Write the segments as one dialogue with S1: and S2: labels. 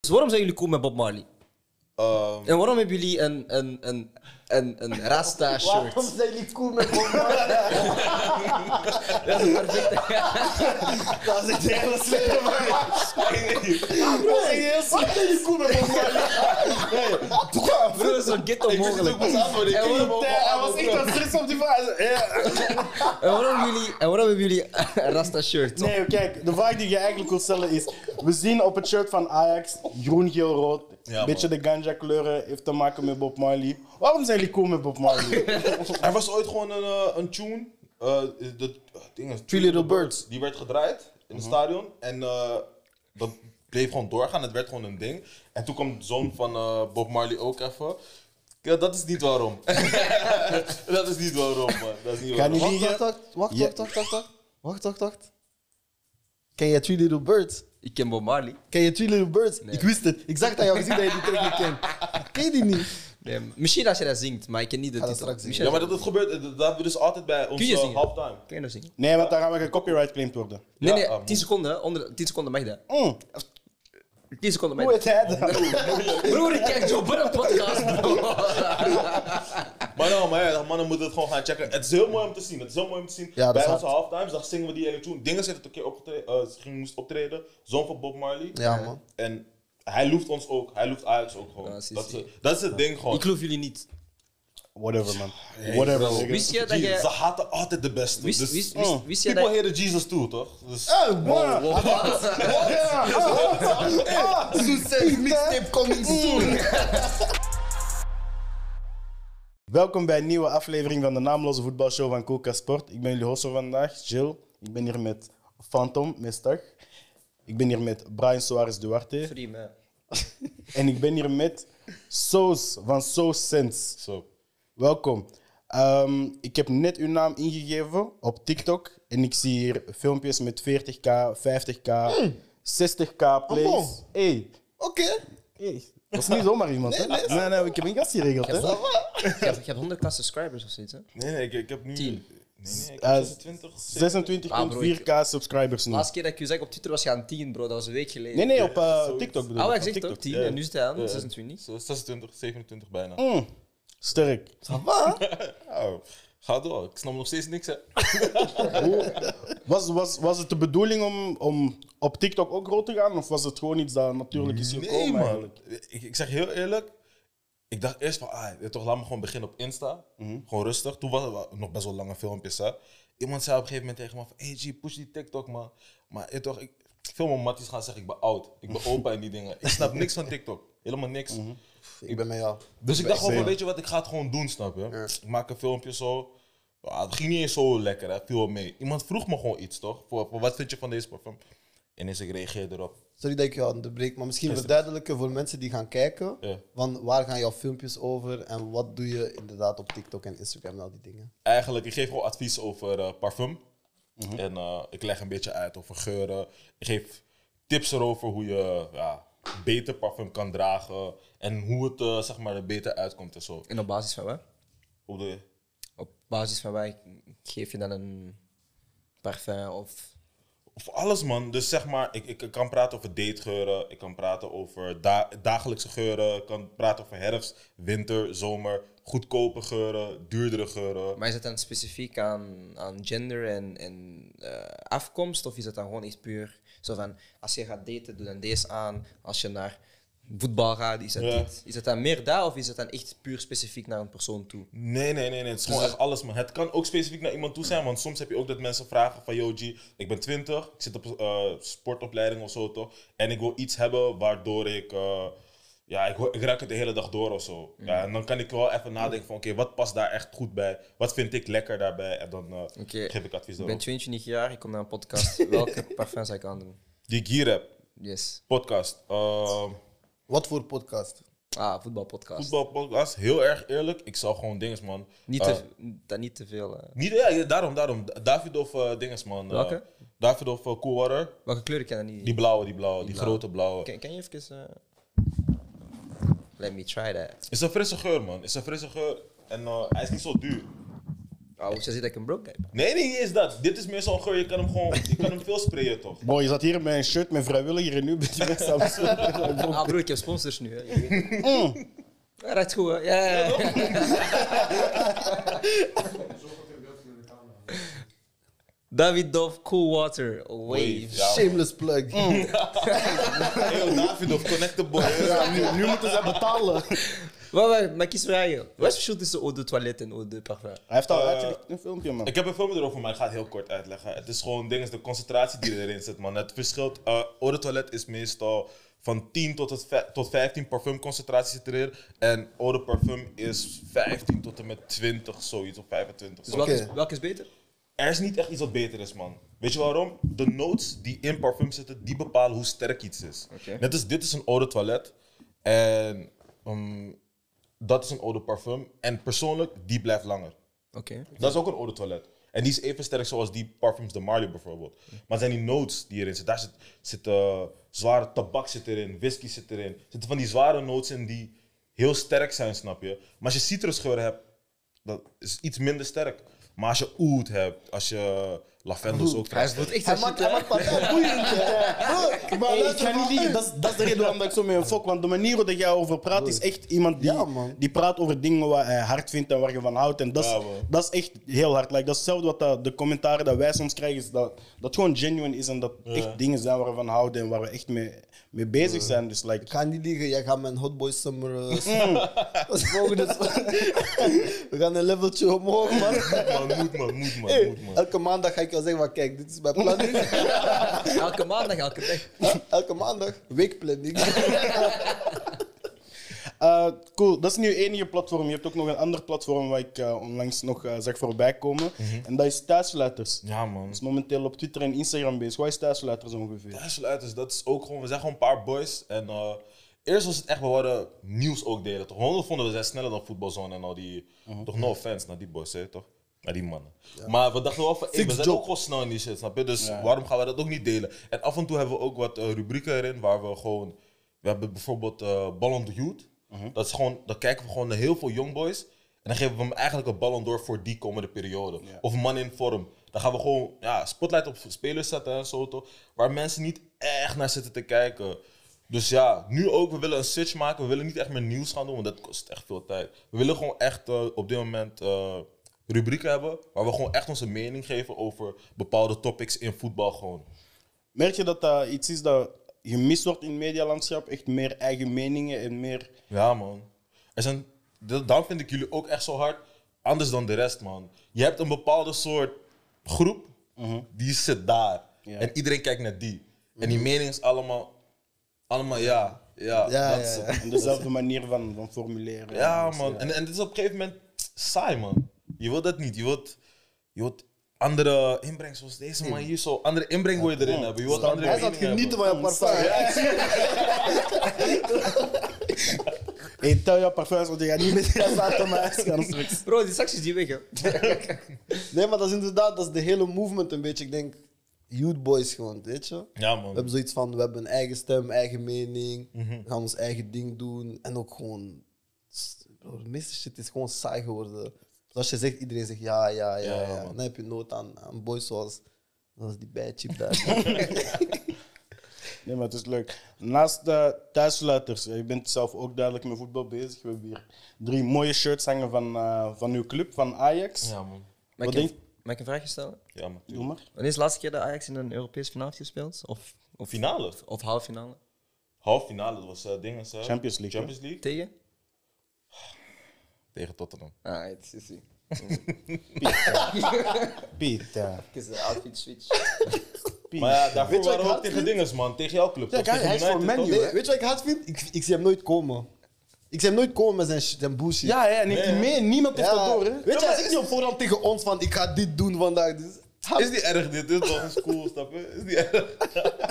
S1: Dus waarom zijn jullie cool met Bob Marley?
S2: Ehm,
S1: En waarom hebben jullie een, een, een, een, een
S3: Waarom
S1: Rasta-shirt?
S3: zijn jullie cool met Bob Marley?
S1: Dat is perfect.
S4: Dat is echt een hele slechte vraag. Dat is echt heel slecht.
S3: Waarom zijn jullie cool met Bob Marley?
S1: Bro, dat is zo ghetto
S4: Ik wist het
S1: mogelijk.
S4: ook pas af, maar ik
S1: En
S4: keek hem
S1: waarom-
S4: op. Hij was echt aan stress op die vraag. Ja.
S1: En waarom, jullie, en waarom hebben jullie een Rasta-shirt?
S4: Nee, kijk, de vraag die je eigenlijk wil stellen is: we zien op het shirt van Ajax groen, geel, rood.
S2: Ja,
S4: beetje de ganja kleuren heeft te maken met Bob Marley. Waarom zijn jullie cool met Bob Marley?
S2: Er was ooit gewoon een, eh, een tune. eh, de, het ding is,
S4: Three Little Birds. Mhm.
S2: Die werd gedraaid in het stadion. En eh, dat bleef gewoon doorgaan. Het werd gewoon een ding. En toen kwam de zoon van eh, Bob Marley ook even. Ja, dat is niet waarom. dat is niet waarom, man. Dat is niet
S4: Kan
S2: waarom.
S4: niet-
S3: Wacht, wacht, wacht, wacht, wacht, wacht, wacht, wacht. Wacht, wacht, wacht. Ken je Three Little Birds?
S1: Ik ken Bob Marley.
S3: Ken je Three Little Birds? Ik wist het. Ik zag het aan jouw gezicht dat je die track niet kent. Ken je die niet?
S1: Nee, maar- misschien als je dat zingt, maar ik ken niet de
S3: Ga dat
S1: titel.
S3: straks zingen.
S1: Misschien
S2: Ja,
S1: als je-
S2: maar dat, dat gebeurt. eh, Dat hebben we dus altijd bij ons
S1: Kun je
S2: eh,
S1: zingen?
S2: halftime.
S1: Ken je dat zingen?
S4: Nee, want daar gaan we gecopyright claimed worden.
S1: Nee,
S2: Ja, ah,
S1: nee, 10 seconden. hè. Onder, 10 seconden mag dat.
S4: Mm.
S1: 10 seconden mag
S4: Hoe
S1: dat.
S4: heet hij dan?
S1: Broer, ik kijk zo bij een podcast, bro.
S2: Maar nou, maar ja, mannen moeten het gewoon gaan checken. Het is heel mooi om te zien. Het is heel mooi om te zien.
S3: Ja, dat
S2: Bij
S3: is
S2: onze
S3: hard.
S2: halftimes, dan zingen we die hele tune. Dingen heeft het een keer opgetreden, eh, ze ging, moest optreden. Zoon van Bob Marley.
S3: Ja, man.
S2: En hij loeft ons ook. Hij loeft Ajax ook gewoon.
S1: Ja,
S2: dat,
S1: zie,
S2: is,
S1: zie.
S2: dat is het ding gewoon.
S1: Ik geloof jullie niet.
S4: Whatever, man. Whatever. nigga.
S1: Wist je dat
S2: Jezus, Ze
S1: je...
S2: haten altijd de beste.
S1: Wist,
S2: dus,
S1: wist, wist, wist, je
S2: people
S1: dat...
S2: hated Jesus too, toch? Dus,
S4: Oh, man.
S3: Succes, mixtape coming soon.
S4: Welkom bij een nieuwe aflevering van de naamloze voetbalshow van Coca Sport. Ik ben jullie host van vandaag, Jill. Ik ben hier met Phantom, Mestag. Ik ben hier met Brian Soares Duarte.
S1: Free, man.
S4: En ik ben hier met Soos van Soos Sense.
S2: Zo.
S4: Welkom. Ehm, ik heb net uw naam ingegeven op TikTok. En ik zie hier filmpjes met 40k, 50k, 60k
S3: bon.
S4: plays. Hey.
S3: Oké.
S4: hey, dat is niet zomaar iemand, hè? Nee, nee, ik heb een gast hier geregeld, hè?
S1: Je hebt, je hebt 100k subscribers of zoiets, hè?
S2: Nee, nee, ik, ik heb nu...
S1: Tien.
S2: Nee, nee, ik
S4: Eh,
S2: heb 26.
S4: 26,4k subscribers nu.
S1: laatste keer dat ik je zag op Twitter was je aan 10, bro. Dat was een week geleden.
S4: Nee, nee, op eh,
S2: zoiets.
S4: Tiktok bedoel
S1: Oh,
S4: ik.
S1: ik
S4: op
S1: zeg
S4: TikTok.
S1: toch 10
S2: ja.
S1: en nu is het aan
S2: Ja.
S1: 26.
S2: Zo, 26, 27 bijna.
S4: Mm, sterk.
S2: Oh, ga door. Ik snap nog steeds niks, hè.
S4: Hoe- was, was, was het de bedoeling om, om op TikTok ook groot te gaan? Of was het gewoon iets dat natuurlijk is gekomen?
S2: Nee, man.
S4: eigenlijk?
S2: Oh Ik, ik zeg heel eerlijk. Ik dacht eerst van, ah, ja, toch, laat me gewoon beginnen op Insta. Gewoon rustig. Toen was het wel- nog best wel lange filmpjes, hè. Iemand zei op een gegeven moment tegen me van, hey G, push die TikTok, man. Maar ja, toch, ik, veel meer matties gaan zeggen, ik ben oud. Ik ben opa en die dingen. Ik snap niks van TikTok. Helemaal niks.
S3: Ik ben met jou.
S2: Dus ik dacht gewoon, van,
S4: Same.
S2: weet je wat, ik ga het gewoon doen, snap je? Ik maak een filmpje zo. Ja, het ging niet eens zo lekker, hè. Het viel wel mee. Iemand vroeg me gewoon iets, toch? Voor, voor wat vind je van deze parfum? En eens ik reageer erop.
S3: Sorry dat ik jou onderbreek, maar misschien verduidelijken voor mensen die gaan kijken.
S2: Ja.
S3: Van waar gaan jouw filmpjes over en wat doe je inderdaad op TikTok en Instagram en al die dingen?
S2: eigenlijk, ik geef gewoon advies over eh, parfum. En eh, ik leg een beetje uit over geuren. Ik geef tips erover hoe je ja, beter parfum kan dragen. En hoe het eh, zeg maar, er beter uitkomt en zo.
S1: En op basis van wat?
S2: Op de,
S1: Op basis van wat geef je dan een parfum of...
S2: of alles, man. Dus zeg maar, ik, ik kan praten over dategeuren. Ik kan praten over da- dagelijkse geuren. Ik kan praten over herfst, winter, zomer. Goedkope geuren, duurdere geuren.
S1: Maar is het dan specifiek aan, aan gender en, en eh, afkomst? Of is het dan gewoon echt puur zo van... Als je gaat daten, doe dan deze aan. Als je naar voetbal gaat, is dat
S2: Ja.
S1: dit. Is het dan meer daar of is het dan echt puur specifiek naar een persoon toe?
S2: Nee, nee, nee, nee. Het is
S1: Dus-
S2: gewoon echt alles, man. Het kan ook specifiek naar iemand toe zijn, want soms heb je ook dat mensen vragen van, yo, G, ik ben 20, ik zit op eh, sportopleiding of zo, toch? En ik wil iets hebben waardoor ik, eh, ja, ik, ho- ik raak het de hele dag door of zo.
S1: Mm.
S2: Ja, en dan kan ik wel even nadenken van, oké, wat past daar echt goed bij? Wat vind ik lekker daarbij? En dan eh,
S1: Oké.
S2: geef ik advies
S1: Ik ben
S2: daarop.
S1: 22 jaar, ik kom naar een podcast. Welke parfum zou ik aandoen?
S2: Die ik hier heb,
S1: Yes.
S2: podcast. eh,
S3: Wat voor podcast?
S1: Ah, voetbalpodcast.
S2: voetbalpodcast, heel erg eerlijk. Ik zal gewoon dinges, man.
S1: Niet
S2: Eh,
S1: te, dat niet te veel. eh.
S2: Niet, ja, ja, daarom, daarom. Davidoff eh dinges, man. Eh,
S1: Welke?
S2: Davidoff eh, Coolwater.
S1: Welke kleur kan dat niet?
S2: Die blauwe, die blauwe, die,
S1: blauwe.
S2: grote blauwe.
S1: Kan, kan je even. eh, Let me try that.
S2: Is een frisse geur, man. Is een frisse geur. En eh, hij is niet zo duur.
S1: Oh, ze ziet dat ik een broke guy ben.
S2: Nee, nee, niet eens dat. Dit is meer zo'n geur, je kan hem gewoon, je kan hem veel sprayen toch?
S4: Boy, je zat hier met een shirt met vrijwilliger en nu ben je met Samsung.
S1: Ah, broer, ik heb sponsors nu. Hè. Je weet het. Ja, dat is goed, hè. Ja, ja, ja. David Dove, Cool Water, Wave.
S2: Wave, ja.
S3: Shameless plug.
S2: Heel David of Connect the Boy.
S4: Ja, nu, nu moeten ze betalen.
S1: Wacht, wacht, maar kies vragen. Wat is het verschil tussen eau de toilette en eau de parfum?
S4: Hij heeft al
S2: Eh,
S4: uitgelegd in een filmpje, man.
S2: Ik heb een film erover, maar ik ga het heel kort uitleggen. Het is gewoon ding, is de concentratie die erin zit, man. Het verschilt. eh eau de toilet is meestal van 10 tot, het vij- tot 15 parfumconcentratie zit erin. En eau de parfum is 15 tot en met 20, zoiets, of 25.
S1: Dus
S2: zoiets.
S1: welke,
S3: Oké.
S1: is, welke is beter?
S2: Er is niet echt iets wat beter is, man. Weet je waarom? De notes die in parfum zitten, die bepalen hoe sterk iets is.
S1: Oké.
S2: Net als dit is een eau de toilet. En ehm, dat is een eau de parfum. En persoonlijk, die blijft langer.
S1: Oké.
S2: Dat is ook een oude toilet. En die is even sterk zoals die parfums de Marley bijvoorbeeld. Maar zijn die notes die erin zitten, daar zit, zit eh, zware tabak zit erin, whisky zit erin. Er zitten van die zware notes in die heel sterk zijn, snap je? Maar als je citrusgeuren hebt, dat is iets minder sterk. Maar als je oud hebt, als je lavendels
S1: Hij
S2: ook krijgt.
S1: voelt echt
S3: Hij
S1: zijn
S3: maakt
S1: shit,
S3: hij maakt patat boeiend.
S4: Maar
S3: Hey,
S4: luister,
S3: ik ga
S4: maar,
S3: niet liegen.
S4: Dat is, dat is de reden waarom dat ik zo mee een fok. Want de manier waarop jij over praat is echt iemand die,
S3: Ja, man.
S4: die praat over dingen waar hij hard vindt en waar je van houdt. En dat is,
S2: Ja, man.
S4: dat is echt heel hard. Like, dat is hetzelfde wat dat- de commentaren dat wij soms krijgen. Is dat, dat gewoon genuine is en dat echt dingen zijn waar we van houden en waar we echt mee, mee bezig zijn. Dus like,
S3: Ik ga niet liegen, jij gaat mijn Hotboy Summer. eh, dat is volgende. We gaan een leveltje omhoog, man.
S2: Man, moet man, moet man,
S3: Hey,
S2: moet man.
S3: elke maandag ga ik jou zeggen: van, kijk, dit is mijn planning.
S1: hè. Elke maandag, elke dag.
S3: elke maandag, weekplanning.
S4: eh, cool, dat is nu je enige platform. Je hebt ook nog een ander platform waar ik eh, onlangs nog eh, zag voorbij komen. En dat is Thuisletters.
S2: Mhm. Ja, man.
S4: Dat is momenteel op Twitter en Instagram bezig. Wat is Thuisletters ongeveer?
S2: Thuisleiders, dat is ook gewoon, we zijn gewoon een paar boys. En eh, eerst was het echt, we hadden nieuws ook delen. Toch? Honden vonden we zijn sneller dan voetbalzone en al die.
S3: Mhm.
S2: Toch no offense naar die boys, hè, toch? Naar die mannen. Maar we dachten wel van, hey, we
S3: Fix
S2: zijn
S3: job.
S2: ook gewoon snel in die shit, snap je? Dus waarom gaan we dat ook niet delen? En af en toe hebben we ook wat eh, rubrieken erin waar we gewoon. We hebben bijvoorbeeld eh Ballon de Youth.
S3: Mhm.
S2: Dat is gewoon, dan kijken we gewoon naar heel veel jongboys. En dan geven we hem eigenlijk een ballon door voor die komende periode. Of man in vorm. Dan gaan we gewoon ja, spotlight op spelers zetten en zo. toch? Waar mensen niet echt naar zitten te kijken. Dus ja, nu ook, we willen een switch maken. We willen niet echt meer nieuws gaan doen, want dat kost echt veel tijd. We willen gewoon echt eh, op dit moment eh, rubrieken hebben. Waar we gewoon echt onze mening geven over bepaalde topics in voetbal. Gewoon.
S4: Merk je dat dat iets is dat gemist wordt in het medialandschap? Echt meer eigen meningen en meer...
S2: Ja, man. Er zijn, da- daarom vind ik jullie ook echt zo hard. Anders dan de rest, man. Je hebt een bepaalde soort groep, die zit daar.
S4: Ja.
S2: En iedereen kijkt naar die. En die mening is allemaal, allemaal ja. Ja,
S3: Ja,
S2: dat
S3: ja,
S2: is
S3: ja.
S2: het.
S4: En dezelfde manier van, van formuleren.
S2: Ja, man. En, en dit is op een gegeven moment saai, man. Je wilt dat niet. Je wilt, je wilt andere inbreng zoals deze man hier zo. Andere inbreng wil je erin hebben. Je wilt andere
S3: Hij zat
S2: meningen hebben.
S3: genieten van je parfum.
S4: Hey, tel jouw parfums, want je gaat niet met die zaten maar gaan straks.
S1: Bro, die saxjes die weg, hè.
S3: Nee, maar dat is inderdaad dat is de hele movement een beetje. Ik denk, youth boys gewoon, weet je.
S2: Ja,
S3: We
S2: man.
S3: hebben zoiets van, we hebben een eigen stem, eigen mening.
S4: Mhm.
S3: We gaan ons eigen ding doen. En ook gewoon... Bro, de meeste shit is gewoon saai geworden. Dus als je zegt, iedereen zegt ja, ja, ja.
S2: Ja,
S3: ja,
S2: man.
S3: Dan heb je nood aan, aan boys zoals... zoals die bad chip daar.
S4: Nee, maar het is leuk. Naast de thuisluiters, eh, je bent zelf ook duidelijk met voetbal bezig. We hebben hier drie mooie shirts hangen van, eh, van uw club, van Ajax.
S2: Ja, man.
S1: Mag
S4: Wat
S1: ik,
S4: denk
S1: een, mag ik een vraagje stellen?
S2: Ja, man.
S4: Doe maar.
S1: Wanneer is de laatste keer dat Ajax in een Europees finale heeft gespeeld? Of, of,
S2: Finale.
S1: of halve finale?
S2: Half finale, dat was eh dingen. eh,
S4: Champions League,
S2: Champions League.
S1: Tegen?
S2: Tegen Tottenham.
S1: Ah, het is hij.
S4: Piet, ja.
S1: Het is een outfit switch.
S4: Piet.
S2: Maar ja, daarvoor
S3: Weet je wat
S2: waren
S3: ik
S2: we ook
S3: had
S2: tegen dinges, man. Tegen jouw club. toch?
S4: kijk,
S2: Tegen
S4: hij is
S2: United,
S4: voor Man
S2: toch?
S4: U,
S3: Nee, weet je wat ik hard vind? Ik, ik zie hem nooit komen. Ik zie hem nooit komen met zijn, sh- zijn bullshit.
S4: ja, ja, en heeft die mee. Niemand heeft dat door, hè?
S3: Weet je, hij zegt niet op voorhand tegen ons van, ik ga dit doen vandaag. Dus,
S2: Is niet erg dit? Dit is toch een cool snap je? Is niet erg?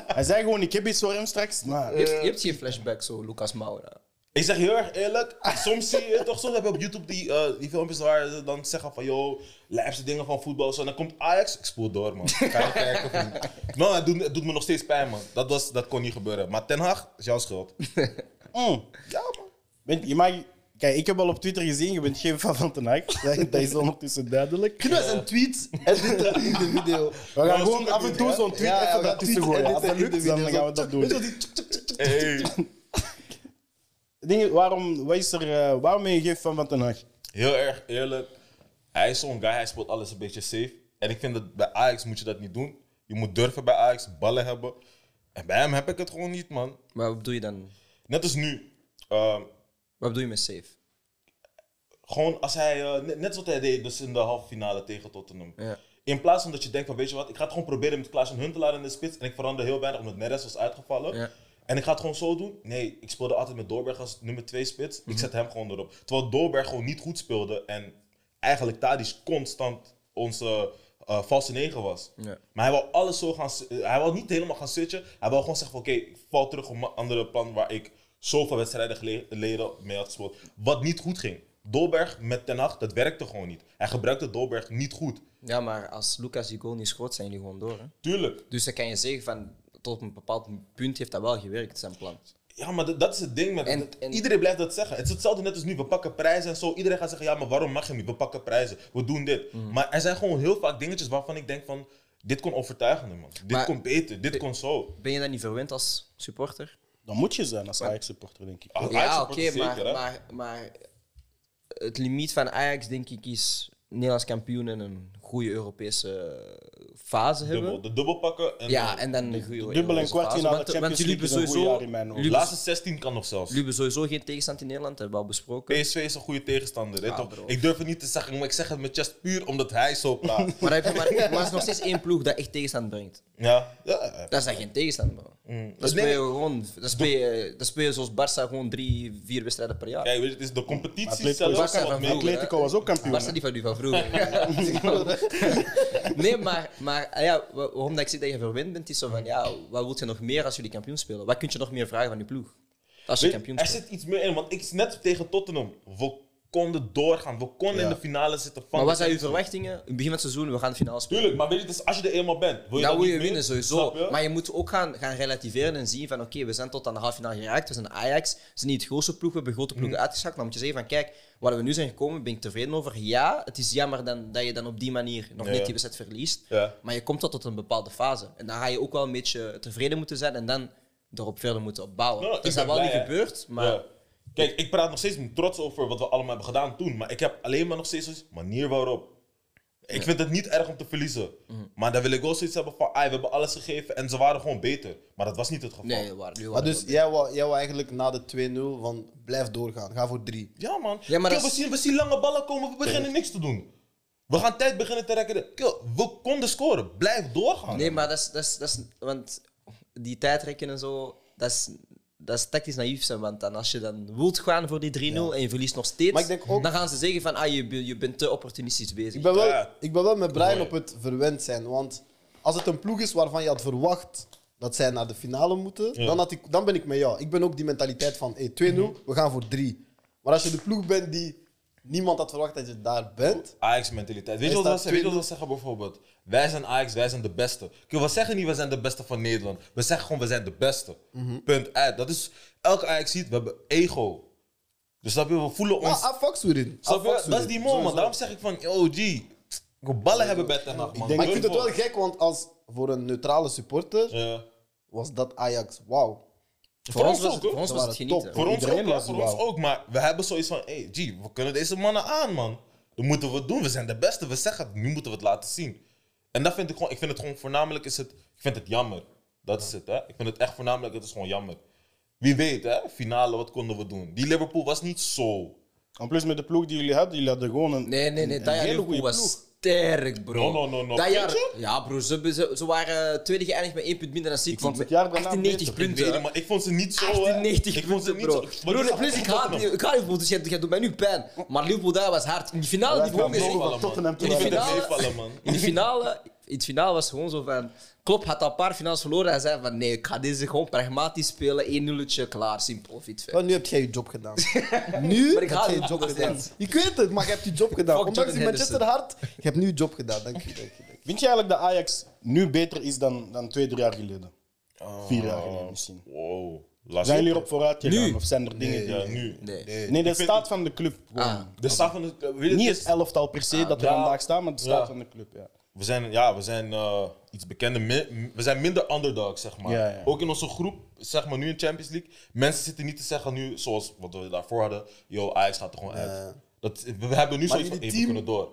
S4: Hij zei gewoon, ik heb iets voor hem straks. Maar
S1: Je hebt- je hebt geen flashback zo, Lucas Moura.
S2: Ik zeg heel erg eerlijk, soms zie je toch, soms heb je op YouTube die, eh, die filmpjes waar ze dan zeggen van, yo, lijpste dingen van voetbal. Zo. En dan komt Ajax, ik spoel door, man. Ga je kijken, vriend. Nou, het doet, het doet me nog steeds pijn, man. Dat, was, dat kon niet gebeuren. Maar Ten Hag, is jouw schuld.
S4: Mm. Ja, man. Weet je, je mag Kijk, ik heb al op Twitter gezien, je bent geen fan van Ten Hag. Dat, dat is ondertussen duidelijk.
S3: Kunnen we zijn tweets editen in de video?
S4: We gaan gewoon af en toe zo'n tweet
S3: Ja, ja,
S4: even
S3: we gaan
S4: daartussen
S3: tweet
S4: gooien. Als dat
S3: editen in de
S4: lukt, dan
S3: video,
S4: gaan
S3: zo.
S4: we dat doen.
S2: Hey.
S4: Het ding is, waarom, wat is er, eh, waarom ben je geen fan van Ten Hag?
S2: Heel erg eerlijk. Hij is zo'n guy, hij speelt alles een beetje safe. En ik vind dat bij Ajax moet je dat niet doen. Je moet durven bij Ajax, ballen hebben. En bij hem heb ik het gewoon niet, man.
S1: Maar wat bedoel je dan?
S2: Net als nu. ehm,
S1: Wat bedoel je met safe?
S2: gewoon als hij, eh, net, net wat hij deed dus in de halve finale tegen Tottenham.
S1: Ja.
S2: In plaats van dat je denkt van, weet je wat, ik ga het gewoon proberen met Klaas en Huntelaar in de spits. En ik verander heel weinig, omdat Neres was uitgevallen.
S1: Ja.
S2: En ik ga het gewoon zo doen. Nee, ik speelde altijd met Doorberg als nummer 2 spits. Ik zet hem gewoon erop. Terwijl Doorberg gewoon niet goed speelde. En eigenlijk Tadic constant onze eh, valse negen was.
S1: Ja.
S2: Maar hij wil alles zo gaan... s- eh, Hij wil niet helemaal gaan switchen. Hij wil gewoon zeggen van, oké, ik val terug op mijn andere plan waar ik zoveel wedstrijden gele- geleden mee had gespeeld. Wat niet goed ging. Dolberg met Ten Hag, dat werkte gewoon niet. Hij gebruikte Dolberg niet goed.
S1: Ja, maar als Lucas die goal niet schoot, zijn jullie gewoon door. Hè?
S2: Tuurlijk.
S1: Dus dan kan je zeggen van tot op een bepaald punt heeft dat wel gewerkt, zijn plan.
S2: Ja, maar dat, dat is het ding. Met,
S1: En-
S2: dat-
S1: en-
S2: iedereen blijft dat zeggen. Het is hetzelfde net als nu. We pakken prijzen en zo. Iedereen gaat zeggen, ja, maar waarom mag je hem niet? We pakken prijzen. We doen dit.
S1: Mhm.
S2: Maar er zijn gewoon heel vaak dingetjes waarvan ik denk van... Dit kon overtuigender, man. Dit
S1: Maar-
S2: kon beter. Dit kon zo.
S1: Ben je dan niet verwend als supporter?
S4: Dan moet je zijn als Ajax-supporter, denk ik.
S2: Als
S1: ja, oké,
S2: Ajax-supporter zeker,
S1: maar,
S2: hè.
S1: maar, maar het limiet van Ajax, denk ik, is Nederlands kampioen en een goede Europese fase
S2: Dubbel,
S1: hebben.
S2: de dubbel pakken. En
S1: Ja, en dan een goede
S4: Dubbel en
S1: Europese fase.
S4: kwartfinale
S1: Want, want
S4: Champions
S1: jullie
S4: League
S1: hebben
S4: is een goed jaar in
S1: sowieso,
S4: mijn
S2: de
S4: ogen.
S2: laatste 16 kan nog zelfs.
S1: jullie hebben sowieso geen tegenstand in Nederland, hebben we al besproken.
S2: PSV is een goede tegenstander. hè,
S1: Ah,
S2: toch?
S1: bro.
S2: Ik durf het niet te zeggen, maar ik zeg het met chest puur omdat hij zo praat.
S1: Maar, dan heb je maar, maar er is nog steeds één ploeg dat echt tegenstand brengt.
S2: ja. ja.
S1: Dat is dan geen tegenstand, bro. Dat speel je gewoon, dat speel je, dat speel je zoals Barça gewoon drie, vier wedstrijden per jaar.
S2: Kijk, weet je, het is de competitie
S4: Atletico
S2: zelf.
S4: is
S1: Barca
S2: wat
S1: van
S2: mee-
S1: vroeger,
S4: Atletico
S1: hè.
S4: was ook kampioen,
S1: Barca
S4: hè?
S1: die van die van vroeger. nee, maar, maar ah ja, wa- waarom dat ik zeg dat je verwend bent, is zo van ja, wat wil je nog meer als jullie kampioen spelen? Wat kun je nog meer vragen van je ploeg? Als je
S2: Weet-
S1: kampioen
S2: er
S1: speelt.
S2: zit iets meer in, want ik net tegen Tottenham. We konden doorgaan, we konden in de finale zitten van.
S1: Maar wat
S2: de
S1: zijn uw
S2: Champions
S1: verwachtingen? In het begin van het seizoen, we gaan de finale spelen.
S2: Tuurlijk, maar weet je, dus als je er eenmaal bent, wil je
S1: Dan
S2: dat
S1: Nou wil
S2: niet
S1: je
S2: meer?
S1: winnen sowieso.
S2: Snap je?
S1: Maar je moet ook gaan, gaan relativeren en zien van oké, we zijn tot aan de halve finale geraakt. We zijn Ajax. We zijn niet het grootste ploeg. We hebben grote
S2: Mm.
S1: ploegen uitgeschakeld. Dan moet je zeggen van kijk, waar we nu zijn gekomen, ben ik tevreden over. Ja, het is jammer dan, dat je dan op die manier nog
S2: Ja.
S1: net die wedstrijd verliest.
S2: Ja.
S1: Maar je komt wel tot een bepaalde fase. En dan ga je ook wel een beetje tevreden moeten zijn en dan erop verder moeten opbouwen.
S2: Nou,
S1: dat is
S2: ik
S1: dat
S2: ben
S1: wel niet
S2: blij, hè.
S1: gebeurd, maar...
S2: Ja. Kijk, ik praat nog steeds trots over wat we allemaal hebben gedaan toen. Maar ik heb alleen maar nog steeds zoiets, manier waarop. Ik vind het niet erg om te verliezen.
S1: Mhm.
S2: Maar dan wil ik wel zoiets hebben van, ah, we hebben alles gegeven en ze waren gewoon beter. Maar dat was niet het geval.
S1: Nee, waar, nu
S3: Maar
S1: waar-
S3: dus jij wou, jij wou eigenlijk na de 2-0 van blijf doorgaan, ga voor 3.
S2: Ja, man.
S1: Ja, maar
S2: Kill,
S1: dat
S2: we,
S1: is-
S2: zien, we zien lange ballen komen, we beginnen niks te doen. We gaan tijd beginnen te rekken. Kill, we konden scoren. Blijf doorgaan.
S1: Nee, maar dat is, dat is, dat is, want die tijdrekken en zo, dat is, dat is tactisch naïef zijn. Want dan als je dan wilt gaan voor die 3-0 en je verliest nog steeds,
S3: Maar ik denk ook-
S1: dan gaan ze zeggen van ah, je, be- je bent te opportunistisch bezig.
S3: Ik ben, wel,
S2: Ja.
S3: ik ben wel met Brian
S2: Mooi.
S3: op het verwend zijn. Want als het een ploeg is waarvan je had verwacht dat zij naar de finale moeten, dan, had ik, dan ben ik met jou. Ik ben ook die mentaliteit van hey, 2-0, we gaan voor 3. Maar als je de ploeg bent die niemand had verwacht dat je daar bent,
S2: Ajax-mentaliteit. Weet je
S3: Hij
S2: wat dat
S3: staat
S2: zeggen? Weet je wat ze zeggen bijvoorbeeld? Wij zijn Ajax, wij zijn de beste. Kijk, we zeggen niet we zijn de beste van Nederland. We zeggen gewoon we zijn de beste. Punt uit. Dat is elke Ajax ziet, we hebben ego. Dus dat we voelen ons.
S3: ah, I fucks with it. I
S2: Snap je?
S3: fucks with
S2: dat is
S3: it.
S2: die man, man. Daarom zeg ik van, yo, G, ik wil ballen hebben bij Ten Hag, man.
S3: Maar ik vind het wel gek, want als, voor een neutrale supporter
S2: Ja.
S3: was dat Ajax. Wauw.
S1: voor, ons was, het-
S2: ook, hoor.
S1: voor ons
S3: Ze
S1: was het
S3: waren
S1: genieten.
S3: top,
S2: Voor ons
S4: Iedereen
S2: ook, ja,
S4: was
S2: voor
S4: die
S2: ons
S4: wauw.
S2: ook. Maar we hebben zoiets van, hey, G, we kunnen deze mannen aan, man. Dat moeten we doen. We zijn de beste. We zeggen het. Nu moeten we het laten zien. En dat vind ik gewoon, ik vind het gewoon voornamelijk is het, ik vind het jammer. Dat is het, hè. Ik vind het echt voornamelijk, het is gewoon jammer. Wie weet, hè, finale, wat konden we doen? Die Liverpool was niet zo.
S4: En plus met de ploeg die jullie hadden, jullie hadden gewoon een...
S1: Nee, nee, nee. Dat jaar
S4: hele
S1: Liverpool
S4: goede
S1: was
S4: ploeg.
S1: sterk, bro.
S2: No, no, no, no.
S1: Dat
S2: Vind
S1: jaar,
S2: je?
S1: ja, bro. Ze, ze, ze waren tweede geëindigd met één punt minder dan City.
S4: Ik vond het
S1: Met
S4: jaar daarna
S1: 98
S2: Ik
S1: punten.
S2: weet het, maar ik vond ze niet zo, hè.
S1: 98
S2: Ik vond ze
S1: punten,
S2: niet
S1: bro.
S2: zo. Maar die
S1: Broer,
S2: zaten
S1: plus
S2: tegen
S1: ik haat,
S2: Tottenham.
S1: ik haat Liverpool, dus jij jij doet mij nu pijn. Maar Liverpool daar was hard. In die finale, die begon me
S4: gaan nog
S1: zo
S4: wel
S1: van-
S2: meevallen, man.
S4: Tottenham
S2: Ik
S4: toen
S2: vind het
S1: waren.
S2: meevallen, man.
S1: In de finale, in het finale was het gewoon zo van. Klopp had al een paar finales verloren. Hij zei van nee, ik ga deze gewoon pragmatisch spelen. 1-0, klaar, simpel, fit vet.
S3: Want nu heb jij je job gedaan. Nu
S1: Maar ik haat
S3: heb jij je
S1: het
S3: job
S1: nog
S3: gedaan.
S1: steeds.
S3: Ik weet het, maar je hebt je job gedaan.
S1: Fuck
S3: Ondanks
S1: Jordan
S3: die Manchester hard, je hebt nu je job gedaan. Dank je, dank je. Dank je.
S4: Vind je eigenlijk dat Ajax nu beter is dan, dan twee, drie jaar geleden? Vier jaar geleden misschien.
S2: Wow. Laat
S4: Zijn
S2: zien.
S4: jullie erop vooruit gegaan?
S2: Nu?
S4: Of zijn er dingen?
S2: Ja, nu.
S1: Nee.
S4: Nee, de staat van de club. gewoon.
S1: Ah.
S2: De staf van de... Weet je,
S4: Niet
S2: het is-
S4: het elftal per se dat er
S2: ja.
S4: vandaag staat, maar de staat
S2: Ja.
S4: van de club. Ja.
S2: we zijn, ja, we zijn eh, iets bekender. mi- We zijn minder underdog, zeg maar.
S4: Ja, ja.
S2: Ook in onze groep, zeg maar nu in Champions League. Mensen zitten niet te zeggen nu, zoals wat we daarvoor hadden. Yo, Ajax gaat er gewoon uit. Dat, we hebben nu zoiets van,
S3: jullie
S2: even
S3: team-
S2: kunnen door.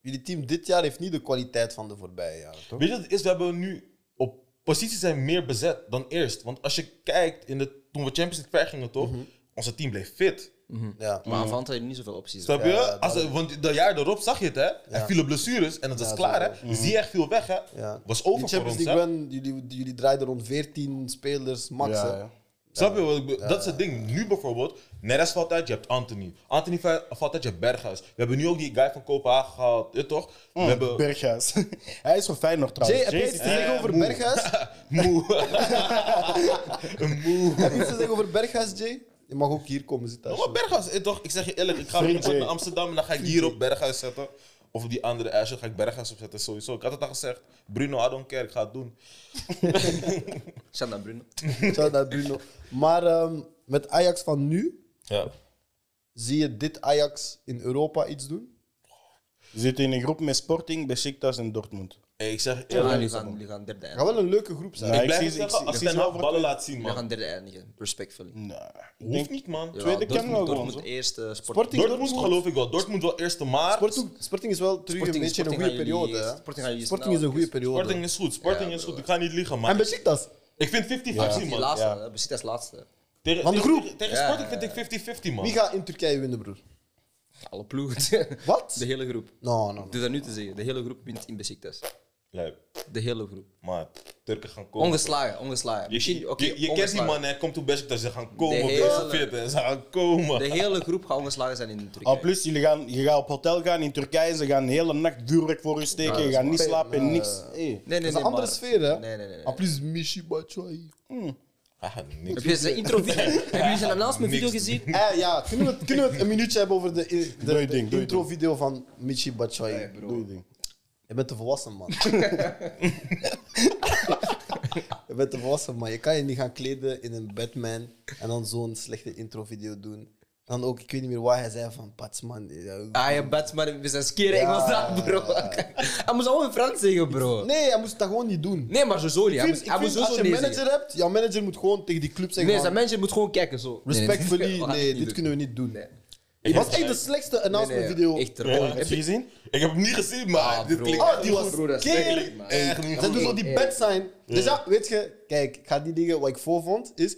S3: Jullie team dit jaar heeft niet de kwaliteit van de voorbije jaren, toch?
S2: Weet je wat het is? We hebben nu op posities zijn meer bezet dan eerst. Want als je kijkt, in de, toen we Champions League ver gingen,
S3: Mhm.
S2: toch? Onze team bleef fit.
S3: Ja.
S1: Maar aanvallend had je niet zoveel opties.
S2: Snap je?
S3: Ja, dat-
S2: Als, want dat jaar erop zag je het, hè? Er vielen blessures en het was
S3: Ja,
S2: klaar,
S3: dat- Mhm.
S2: hè? Zie echt veel weg, hè?
S3: Ja.
S2: Was over
S3: Die
S2: voor ons,
S3: Champions
S2: hè?
S3: League win, jullie, jullie draaiden rond 14 spelers max.
S4: Ja,
S3: hè?
S4: ja.
S2: Snap je? wat ik be- dat is het ding. Nu bijvoorbeeld, Neres valt uit, je hebt Anthony. Anthony va- valt uit, je hebt Berghuis. We hebben nu ook die guy van Kopenhagen gehaald, je toch? We
S4: Mm,
S2: hebben...
S4: Berghuis. Hij is van Feyenoord
S3: Jay,
S4: trouwens.
S3: heb je iets te
S4: Jay-
S3: zeggen over Berghuis?
S2: Moe. Moe.
S3: Heb je iets te zeggen over Berghuis, Jay? Je mag ook hier komen zitten.
S2: Oh,
S3: als
S2: maar
S3: je-
S2: Berghuis, eh, toch? Ik zeg je eerlijk, ik ga
S4: Vriend eh.
S2: binnenkort
S4: Jay.
S2: naar Amsterdam en dan ga ik hier op Berghuis zetten. Of op die andere Asher ga ik Berghuis opzetten, sowieso. Ik had het al gezegd. Bruno, I don't care, ik ga het doen.
S1: Shout out Bruno.
S3: Shout out Bruno. Maar ehm, met Ajax van nu,
S2: Ja.
S3: zie je dit Ajax in Europa iets doen?
S4: We zitten in een groep met Sporting, Besiktas en Dortmund.
S2: Hey, ik zeg
S1: Ja,
S2: eerlijk,
S1: jullie Ah, gaan, jullie gaan derde
S3: Het gaat
S1: eindigen.
S3: wel een leuke groep zijn.
S4: Nee.
S2: ik
S4: ik
S2: blijf
S4: zie-
S2: het
S4: ik
S2: zeggen,
S4: zie-
S2: als
S4: ik
S2: Ten
S4: zie
S2: Hag
S4: wel
S2: ballen laat zien,
S1: Jullie
S2: man.
S1: gaan derde eindigen, respectfully.
S4: Nou, ik
S2: Hoeft
S4: denk-
S2: niet, man.
S1: Ja,
S4: Tweede
S1: Dortmund-
S4: kennen we wel
S1: Dortmund
S4: gewoon,
S1: eerste, Sporting.
S3: Sporting,
S2: Dortmund
S3: Dortmund-
S2: geloof ik wel. Dortmund wel eerste, maar...
S3: Sporting, Sporting is wel terug
S1: Sporting-
S3: een beetje in een
S1: Sporting
S3: goede
S1: gaan jullie-
S3: periode. hè?
S1: Sporting gaan jullie
S3: Sporting is
S1: snel-
S3: een goede periode.
S2: Sporting is goed, Sporting
S1: Ja,
S2: is goed.
S1: bro.
S2: Ik ga niet liegen,
S3: En
S2: man.
S3: Besiktas.
S2: Ik vind 50-50,
S1: Die
S2: man.
S1: laatste,
S4: Ja.
S1: hè, bezit als laatste.
S2: Tegen,
S3: Van de
S2: tegen-
S3: groep.
S2: Tegen
S1: Ja,
S2: Sporting vind ik 50-50, man.
S3: Wie
S1: Ah.
S3: gaat in Turkije winnen, broer?
S1: Alle ploegen.
S3: Wat?
S1: De hele groep.
S3: No, no, no.
S1: Ik doe dat nu te zeggen. De hele groep wint in Besiktas.
S2: Lijp.
S1: De hele groep.
S2: Maar Turken gaan komen.
S1: Ongeslagen, ongeslagen.
S2: je
S1: Misschien, oké,
S2: je, je kent die
S1: ongeslagen.
S2: man, hij komt toe best dat ze gaan komen op
S1: De
S2: deze
S1: hele-
S2: fit. hè. Ze gaan komen.
S1: De hele groep gaat ongeslagen zijn in Turkije.
S4: Ah, plus, jullie gaan, je gaat op hotel gaan in Turkije, ze gaan de hele nacht vuurwerk voor je steken, je gaat niet slapen, niks. Hey.
S1: Nee, nee,
S3: Dat is
S1: nee.
S3: een andere
S1: maar-
S3: sfeer, hè?
S1: Nee, nee, nee. nee.
S3: En plus Michi Batshuayi.
S2: Ah, niks.
S1: Heb je zijn intro video? Hebben jullie zijn announcement video
S2: Niks.
S1: gezien?
S3: Eh, ja, kunnen we, het- kunnen we het een minuutje hebben over de, de,
S4: Doe je ding, doe je
S3: intro-video van Michi Batshuayi?
S4: Doe je ding.
S3: Je bent te volwassen, man. je bent te volwassen, man. Je kan je niet gaan kleden in een Batman en dan zo'n slechte intro-video doen. Dan ook, ik weet niet meer waar hij zei van Pats, man. Ja,
S1: Ah, je bent maar we zijn skeren Engels aan, bro. Hij moest allemaal in Frans zeggen, bro.
S3: Nee, hij moest dat gewoon niet doen.
S1: Nee, maar sowieso niet. Hij
S3: Ik
S1: moest,
S3: vind-
S1: hij
S3: ik
S1: moest
S3: vind, als
S1: sowieso
S3: je
S1: nee
S3: een
S1: zeggen.
S3: manager hebt, jouw manager moet gewoon tegen die club zeggen:
S1: Nee,
S3: van,
S1: zijn manager moet gewoon kijken zo.
S3: respectfully, nee,
S1: we gaan het niet
S3: dit
S1: doen.
S3: kunnen we niet doen. Het
S2: Ik
S3: was
S2: heb-
S3: echt de slechtste
S1: Nee,
S3: announcement
S1: nee,
S3: video.
S1: Echt
S2: Ja.
S1: erop.
S4: Heb je gezien?
S2: Ik heb hem niet gezien, maar
S1: Ah,
S2: dit
S1: bro.
S2: klinkt
S3: Oh,
S2: echt
S3: die
S2: goed.
S3: was
S1: Broer, dat is
S3: keer.
S1: lekker, man.
S2: Echt niet
S3: Ze
S2: goed.
S3: doen zo die bed zijn. Dus ja, weet je, kijk, ik ga die dingen wat ik voorvond is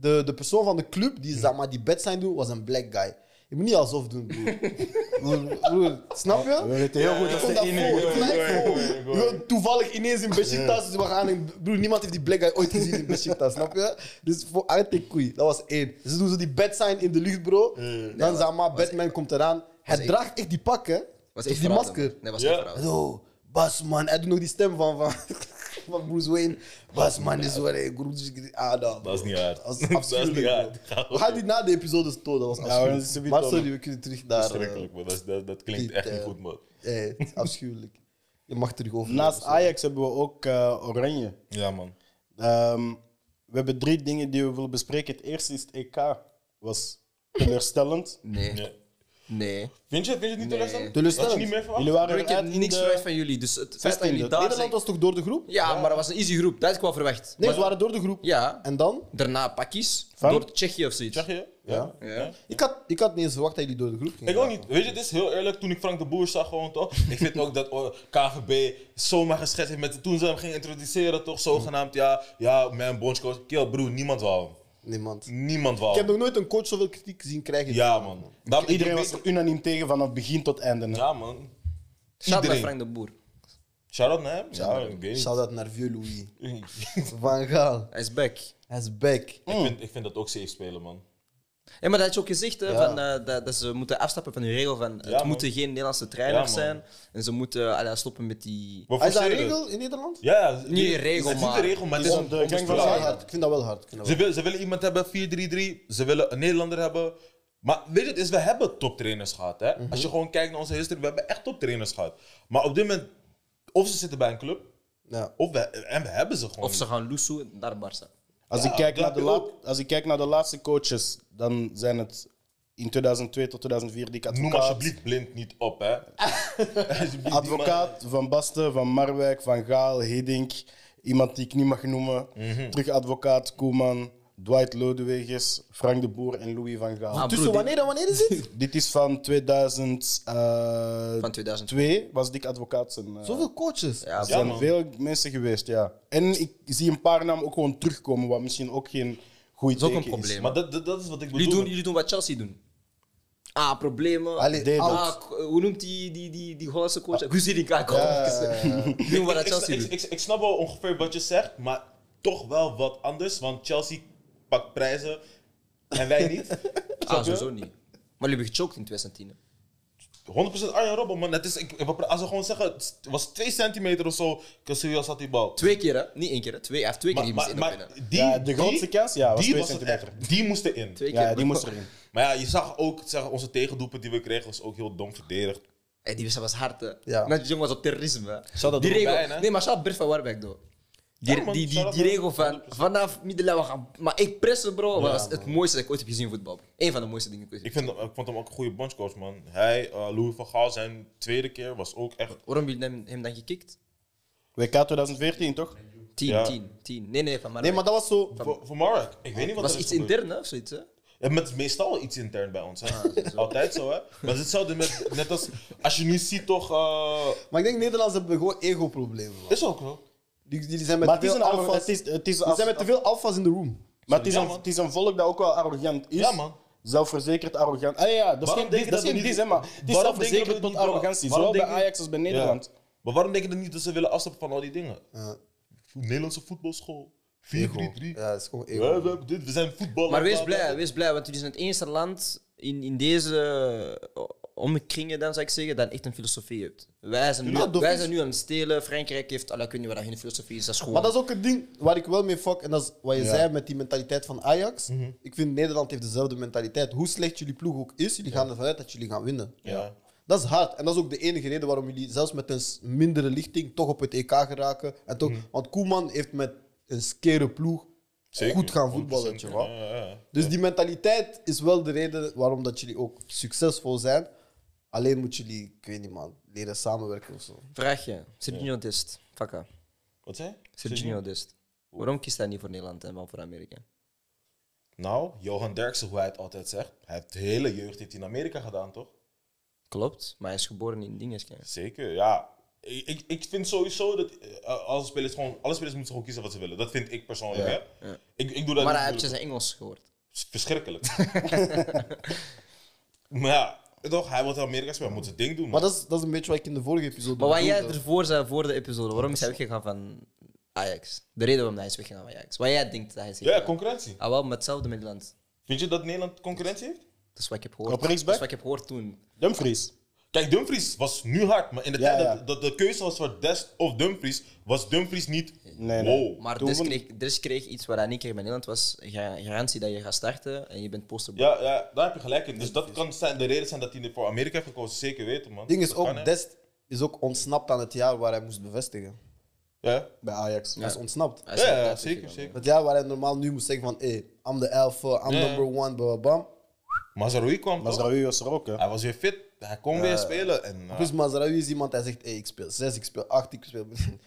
S3: de, de persoon van de club die zeg maar die bed zijn doen was een black guy. Je moet niet alsof doen, broer. broer, broer, snap je?
S4: We weten heel goed
S3: Ik
S4: dat
S3: kom
S4: ze
S3: dat
S4: in
S3: voor, ik
S2: goeie,
S3: lijk voor.
S2: goeie, goeie.
S3: Gewoon Toevallig ineens in Besiktas, dus we gaan in, broer, niemand heeft die black guy ooit gezien in Besiktas, snap je? Dus voor uit de koei, dat was één. Dus Ze doen zo die bed zijn in de lucht, bro. Dan zeg maar, Batman komt eraan. Hij draagt echt die pak, hè?
S1: Was echt
S3: Echt die
S1: verraad,
S3: masker.
S1: man. Nee, was
S2: Ja.
S1: echt verraad.
S3: Zo, Bas man. Hij doet nog die stem van, van, van Bruce Wayne. Bas man is waar hij groet. Ah, dat,
S2: Dat is niet uit.
S3: Dat is
S2: Dat is
S3: absoluut
S2: niet uit.
S3: We gaan die na de episodes tonen. Dat was
S4: Ja,
S3: afschuwelijk.
S4: dat is sowieso
S3: maar
S4: tonen.
S3: sorry, we kunnen terug naar. eh,
S2: Verschrikkelijk, man. Dat is- Dat dat klinkt
S3: die,
S2: echt niet
S3: eh,
S2: goed, man.
S3: eh, het is afschuwelijk. Je mag terug over.
S4: Naast Ajax hebben we ook eh, Oranje.
S2: Ja, man.
S4: Ehm, we hebben drie dingen die we willen bespreken. Het eerste is het EK. was teleurstellend.
S1: Nee,
S2: Ja.
S1: nee.
S2: Vind je, vind je het niet teleurstellend?
S3: Teleurstellend.
S2: Had je niet meer verwacht?
S4: Jullie waren
S1: Ik heb
S4: eruit in
S1: niks
S4: de-
S1: verwacht van jullie, dus het feit dat
S4: 16e.
S1: jullie daar zijn...
S3: Nederland was toch door de groep?
S1: Ja, maar dat was een easy groep. Dat had ik wel verwacht.
S3: Nee, ze waren door de groep.
S1: Ja.
S3: En dan?
S1: Daarna pakjes.
S4: Van?
S1: Door Tsjechië of zoiets.
S2: Zeg je?
S3: Ja.
S1: Ja.
S3: Ik, had, ik had niet eens verwacht dat jullie door de groep gingen.
S2: Ik ook niet. Weet je, het is heel eerlijk. Toen ik Frank de Boer zag, gewoon toch. Ik vind ook dat oh, KVB zomaar geschetst heeft met toen ze hem gingen introduceren, toch zogenaamd. Ja, ja, mijn bondscoach. Kill, broer, niemand wou hem.
S3: Niemand.
S2: Niemand wou
S3: Ik heb
S2: hem.
S3: nog nooit een coach zoveel kritiek zien krijgen.
S2: Ja, man. Dat,
S4: Iedereen was er unaniem tegen vanaf begin tot einde. hè.
S2: Ja, man.
S1: Shout naar
S2: Iedereen.
S1: Frank de Boer.
S2: Shout out naar hem? Ja, ik weet niet.
S3: Shout out naar Vieux Louis. Van Gaal.
S1: Hij is back.
S3: Hij is back.
S2: Ik vind, ik vind dat ook safe spelen, man.
S1: Ja, maar dat had je ook gezegd, hè, van, eh, dat, dat ze moeten afstappen van die regel van het
S2: Ja, man.
S1: moeten geen Nederlandse trainers
S2: Ja, man.
S1: zijn. En ze moeten eh, allee, stoppen met die...
S2: We
S3: Hij is dat een
S2: forceren het.
S3: regel in Nederland?
S2: Ja, ja. die-
S1: een regel,
S2: het is niet
S1: maar-
S2: een regel, maar het is
S4: Het is
S2: om-
S4: een-
S2: om
S4: ik denk
S2: te
S3: Ik vind
S4: Ja,
S3: dat wel
S2: verlagen.
S4: ja.
S3: hard. Ik vind dat wel hard. Ik vind dat
S2: Ze,
S3: wel
S2: wil, ze willen iemand hebben, 4-3-3. Ze willen een Nederlander hebben. Maar weet je, het is, we hebben toptrainers gehad. Hè? Als je gewoon kijkt naar onze history, we hebben echt toptrainers gehad. Maar op dit moment, of ze zitten bij een club,
S3: hard. Ja.
S2: of we, en we hebben ze gewoon.
S1: Of ze gaan loesoe naar Barça.
S4: Als,
S2: Ja,
S4: ik kijk
S2: dat
S4: naar de
S2: heb ik
S4: laat- als ik kijk naar de laatste coaches, dan zijn het in 2002 tot 2004 die
S2: Noem
S4: advocaat,
S2: alsjeblieft blind niet op, hè. Alsjeblieft, die man-
S4: advocaat Van Basten, Van Marwijk, Van Gaal, Hiddink, iemand die ik niet mag noemen.
S2: Mhm.
S4: Terug advocaat Koeman, Dwight Lodewegers, Frank de Boer en Louis van Gaal.
S1: Ah, broer,
S3: Tussen
S1: die-
S3: wanneer en wanneer is het?
S4: Dit is van 2000. eh,
S1: Van 2000.
S4: twee was Dick Advocaat zijn. eh,
S3: Zoveel coaches.
S1: Ja,
S4: er zijn
S2: man.
S4: veel mensen geweest, ja. En ik zie een paar namen ook gewoon terugkomen, wat misschien ook geen goed
S1: is ook een
S4: teken
S1: probleem.
S2: Maar dat, dat, dat is wat ik
S1: jullie,
S2: bedoel.
S1: doen, jullie doen wat Chelsea doen. Ah, problemen.
S3: Allee,
S4: Deed
S3: oud.
S1: Ah, k- hoe noemt die, die, die, die Hollandse coach? Guzirik. Ah, Die doen wat
S2: ik,
S1: Chelsea
S2: ik,
S1: doet.
S2: ik, ik snap wel ongeveer wat je zegt, maar toch wel wat anders. Want Chelsea pakt prijzen en wij niet.
S1: Ah, sowieso niet. Maar jullie hebben gechoked in 2010. hè.
S2: 100% Arjen Robben, man. Het is, ik, ik- als we gewoon zeggen, het was 2 centimeter of zo. Casillas had die bal.
S1: Twee keer, hè? Niet één keer, hè? Twee, hij heeft twee keer
S2: Maar,
S1: die
S2: maar,
S1: misschien
S2: maar
S1: binnen.
S2: die,
S4: Ja, de grootste
S2: die-
S4: kans, ja, was
S2: die
S4: twee
S2: was het
S4: centimeter.
S2: echt. Die moesten in.
S1: Twee keer.
S4: Ja, die moest erin.
S2: Maar ja, je zag ook zeg, onze tegendoepen die we kregen, was ook heel dom verdedigd.
S1: Hey, Eh, die wist was hard, hè?
S3: Ja.
S1: Net die jongen was op terrorisme. hè.
S4: Zou dat
S1: die
S4: er ook
S1: regel,
S2: bij, hè?
S1: Nee, maar shout Bert van Warbeck, doe. Die,
S2: Ja, man,
S1: die, die,
S2: shout-out
S1: die
S2: Bert.
S1: regel van
S2: 100%.
S1: vanaf middenlijn, we gaan. Maar ik pressen, bro, was het mooiste dat ik ooit heb gezien in voetbal. Eén van de mooiste dingen die ik ooit
S2: Ik,
S1: heb
S2: vind, hem- ik vond hem ook een goede bondscoach, man. Hij, eh, Louis van Gaal, zijn tweede keer was ook echt...
S1: gezien. Waarom hebben jullie hem, hem dan gekikt?
S4: WK 2014, toch?
S1: 10,
S2: Ja.
S1: 10, 10. Nee, nee, van
S3: Nee,
S1: Marwijk.
S3: maar dat was zo.
S2: Voor, voor Mark, ik weet niet wat
S1: was
S2: er is
S1: iets
S2: gebeurd.
S1: intern, Ah, hè? Of zoiets, hè?
S2: Ja, maar het is meestal wel iets intern bij ons. Hè? Altijd zo, hè? Maar het is hetzelfde met, net als als je nu ziet, toch. eh,
S3: Maar ik denk Nederlanders hebben gewoon ego-problemen. man.
S2: is ook wel.
S3: Die, die zijn met
S4: Maar het
S3: te
S4: is een
S3: veel
S4: arro-
S3: alfa's.
S4: het is, het is
S3: Die zijn
S4: af-
S3: met te veel alfa's in de room.
S4: Maar het is,
S2: Ja,
S4: een,
S2: man.
S4: het is een volk dat ook wel arrogant is.
S2: Ja, man.
S4: Zelfverzekerd, arrogant. Ah ja, ja, dat is
S2: Waarom
S4: geen
S2: denk
S4: dis,
S2: je
S4: dat
S2: dat
S4: is geen
S2: we
S4: dis,
S2: niet-
S4: hè, maar het
S2: waarom
S4: is
S2: denk je dat
S4: zelfverzekerd
S2: we
S4: tot
S2: niet-
S4: arrogantie.
S2: waarom
S4: Zowel bij
S2: denk je-
S4: Ajax als bij Nederland.
S2: Maar waarom denk je dan niet dat ze willen afstappen van al die dingen?
S3: Ja.
S2: Nederlandse voetbalschool. 4-3-3.
S3: Ja, dat is gewoon
S2: We,
S3: ego. man.
S2: hebben dit, we zijn voetbal.
S1: Maar wees
S2: bla, bla,
S1: blij,
S2: bla.
S1: wees blij, want jullie zijn het enige land in, in deze eh, omkringen, dan zou ik zeggen, dat echt een filosofie hebt. Wij zijn nu,
S3: Ja, dat
S1: wij
S3: is-
S1: zijn nu aan het stelen, Frankrijk heeft, allee, ik weet niet waar dat geen filosofie is, dat is gewoon...
S3: Maar dat is ook een ding waar ik wel mee fuck. En dat is wat je zei met die mentaliteit van Ajax. Ik vind Nederland heeft dezelfde mentaliteit. Hoe slecht jullie ploeg ook is, jullie gaan ervan uit dat jullie gaan winnen.
S2: Ja.
S3: Dat is hard. En dat is ook de enige reden waarom jullie zelfs met een s- mindere lichting toch op het EK geraken. En toch,
S2: Mhm.
S3: Want Koeman heeft met een skere ploeg
S2: Zeker,
S3: goed gaan voetballen.
S2: 100%,
S3: weet je wel.
S2: Ja, ja, ja.
S3: Dus die mentaliteit is wel de reden waarom dat jullie ook succesvol zijn. Alleen moeten jullie, ik weet niet man, leren samenwerken of zo.
S1: Vraag je, Serginho Dest, Fakka,
S2: Wat zei je?
S1: Serginho Dest. Waarom kiest hij niet voor Nederland en wel voor Amerika?
S2: Nou, Johan Derksen, hoe hij het altijd zegt. Hij heeft de hele jeugd heeft hij in Amerika gedaan, toch?
S1: Klopt, maar hij is geboren in Dingenskijn.
S2: Zeker, ja. Ik, ik, ik vind sowieso dat eh, alle spelers gewoon, alle spelers moeten gewoon kiezen wat ze willen. Dat vind ik persoonlijk. Hè? Ik, ik doe dat
S1: Maar
S2: niet
S1: hij heeft
S2: moeilijk.
S1: zijn Engels gehoord.
S2: is verschrikkelijk. maar ja, toch, hij wil in Amerika spelen, hij moet zijn ding doen.
S3: Maar
S2: man.
S3: dat is, dat is een beetje wat ik in de vorige episode
S1: Maar wat jij
S3: bedoelde.
S1: ervoor zei voor de episode, waarom is hij weggegaan van Ajax? De reden waarom hij is weggegaan van Ajax. Wat jij denkt dat hij is
S2: Ja,
S1: weggegaan.
S2: concurrentie.
S1: Ah, wel, met hetzelfde Nederland.
S2: Vind je dat Nederland concurrentie heeft?
S1: Dat is wat ik heb gehoord.
S4: Op
S1: Dat is
S4: rechtsback?
S1: wat ik heb gehoord toen.
S4: Dumfries.
S2: Kijk, Dumfries was nu hard, maar in de
S4: Ja,
S2: tijd
S4: ja.
S2: Dat, dat de keuze was voor Dest of Dumfries, was Dumfries niet.
S4: Nee, nee.
S2: wow.
S1: Maar
S4: Toen
S1: Dres
S4: won-
S1: kreeg, Dres kreeg iets waar hij niet kreeg bij Nederland, was ga- garantie dat je gaat starten en je bent posterboy.
S2: Ja, ja, daar heb je gelijk in. Dus dat kan zijn, de reden zijn dat hij voor Amerika heeft gekozen, zeker weten, man.
S3: Het ding is
S2: Dat
S3: ook,
S2: kan, hè.
S3: Dest is ook ontsnapt aan het jaar waar hij moest bevestigen.
S2: Ja,
S4: Bij Ajax.
S3: Hij is ontsnapt.
S1: Hij is
S2: ja, ja,
S1: altijd
S2: zeker,
S1: weggegaan,
S2: zeker.
S3: Het jaar waar hij normaal nu moest zeggen van, hey, I'm the alpha, I'm
S2: Ja.
S3: number one, bam, bam.
S2: Mazraoui kwam, toch?
S4: Mazraoui was er ook, hè.
S2: Hij was weer fit, hij kon weer spelen. En, eh,
S3: Ah. Plus Mazraoui is iemand, hij zegt, hey, ik speel 6, ik speel 8, ik speel...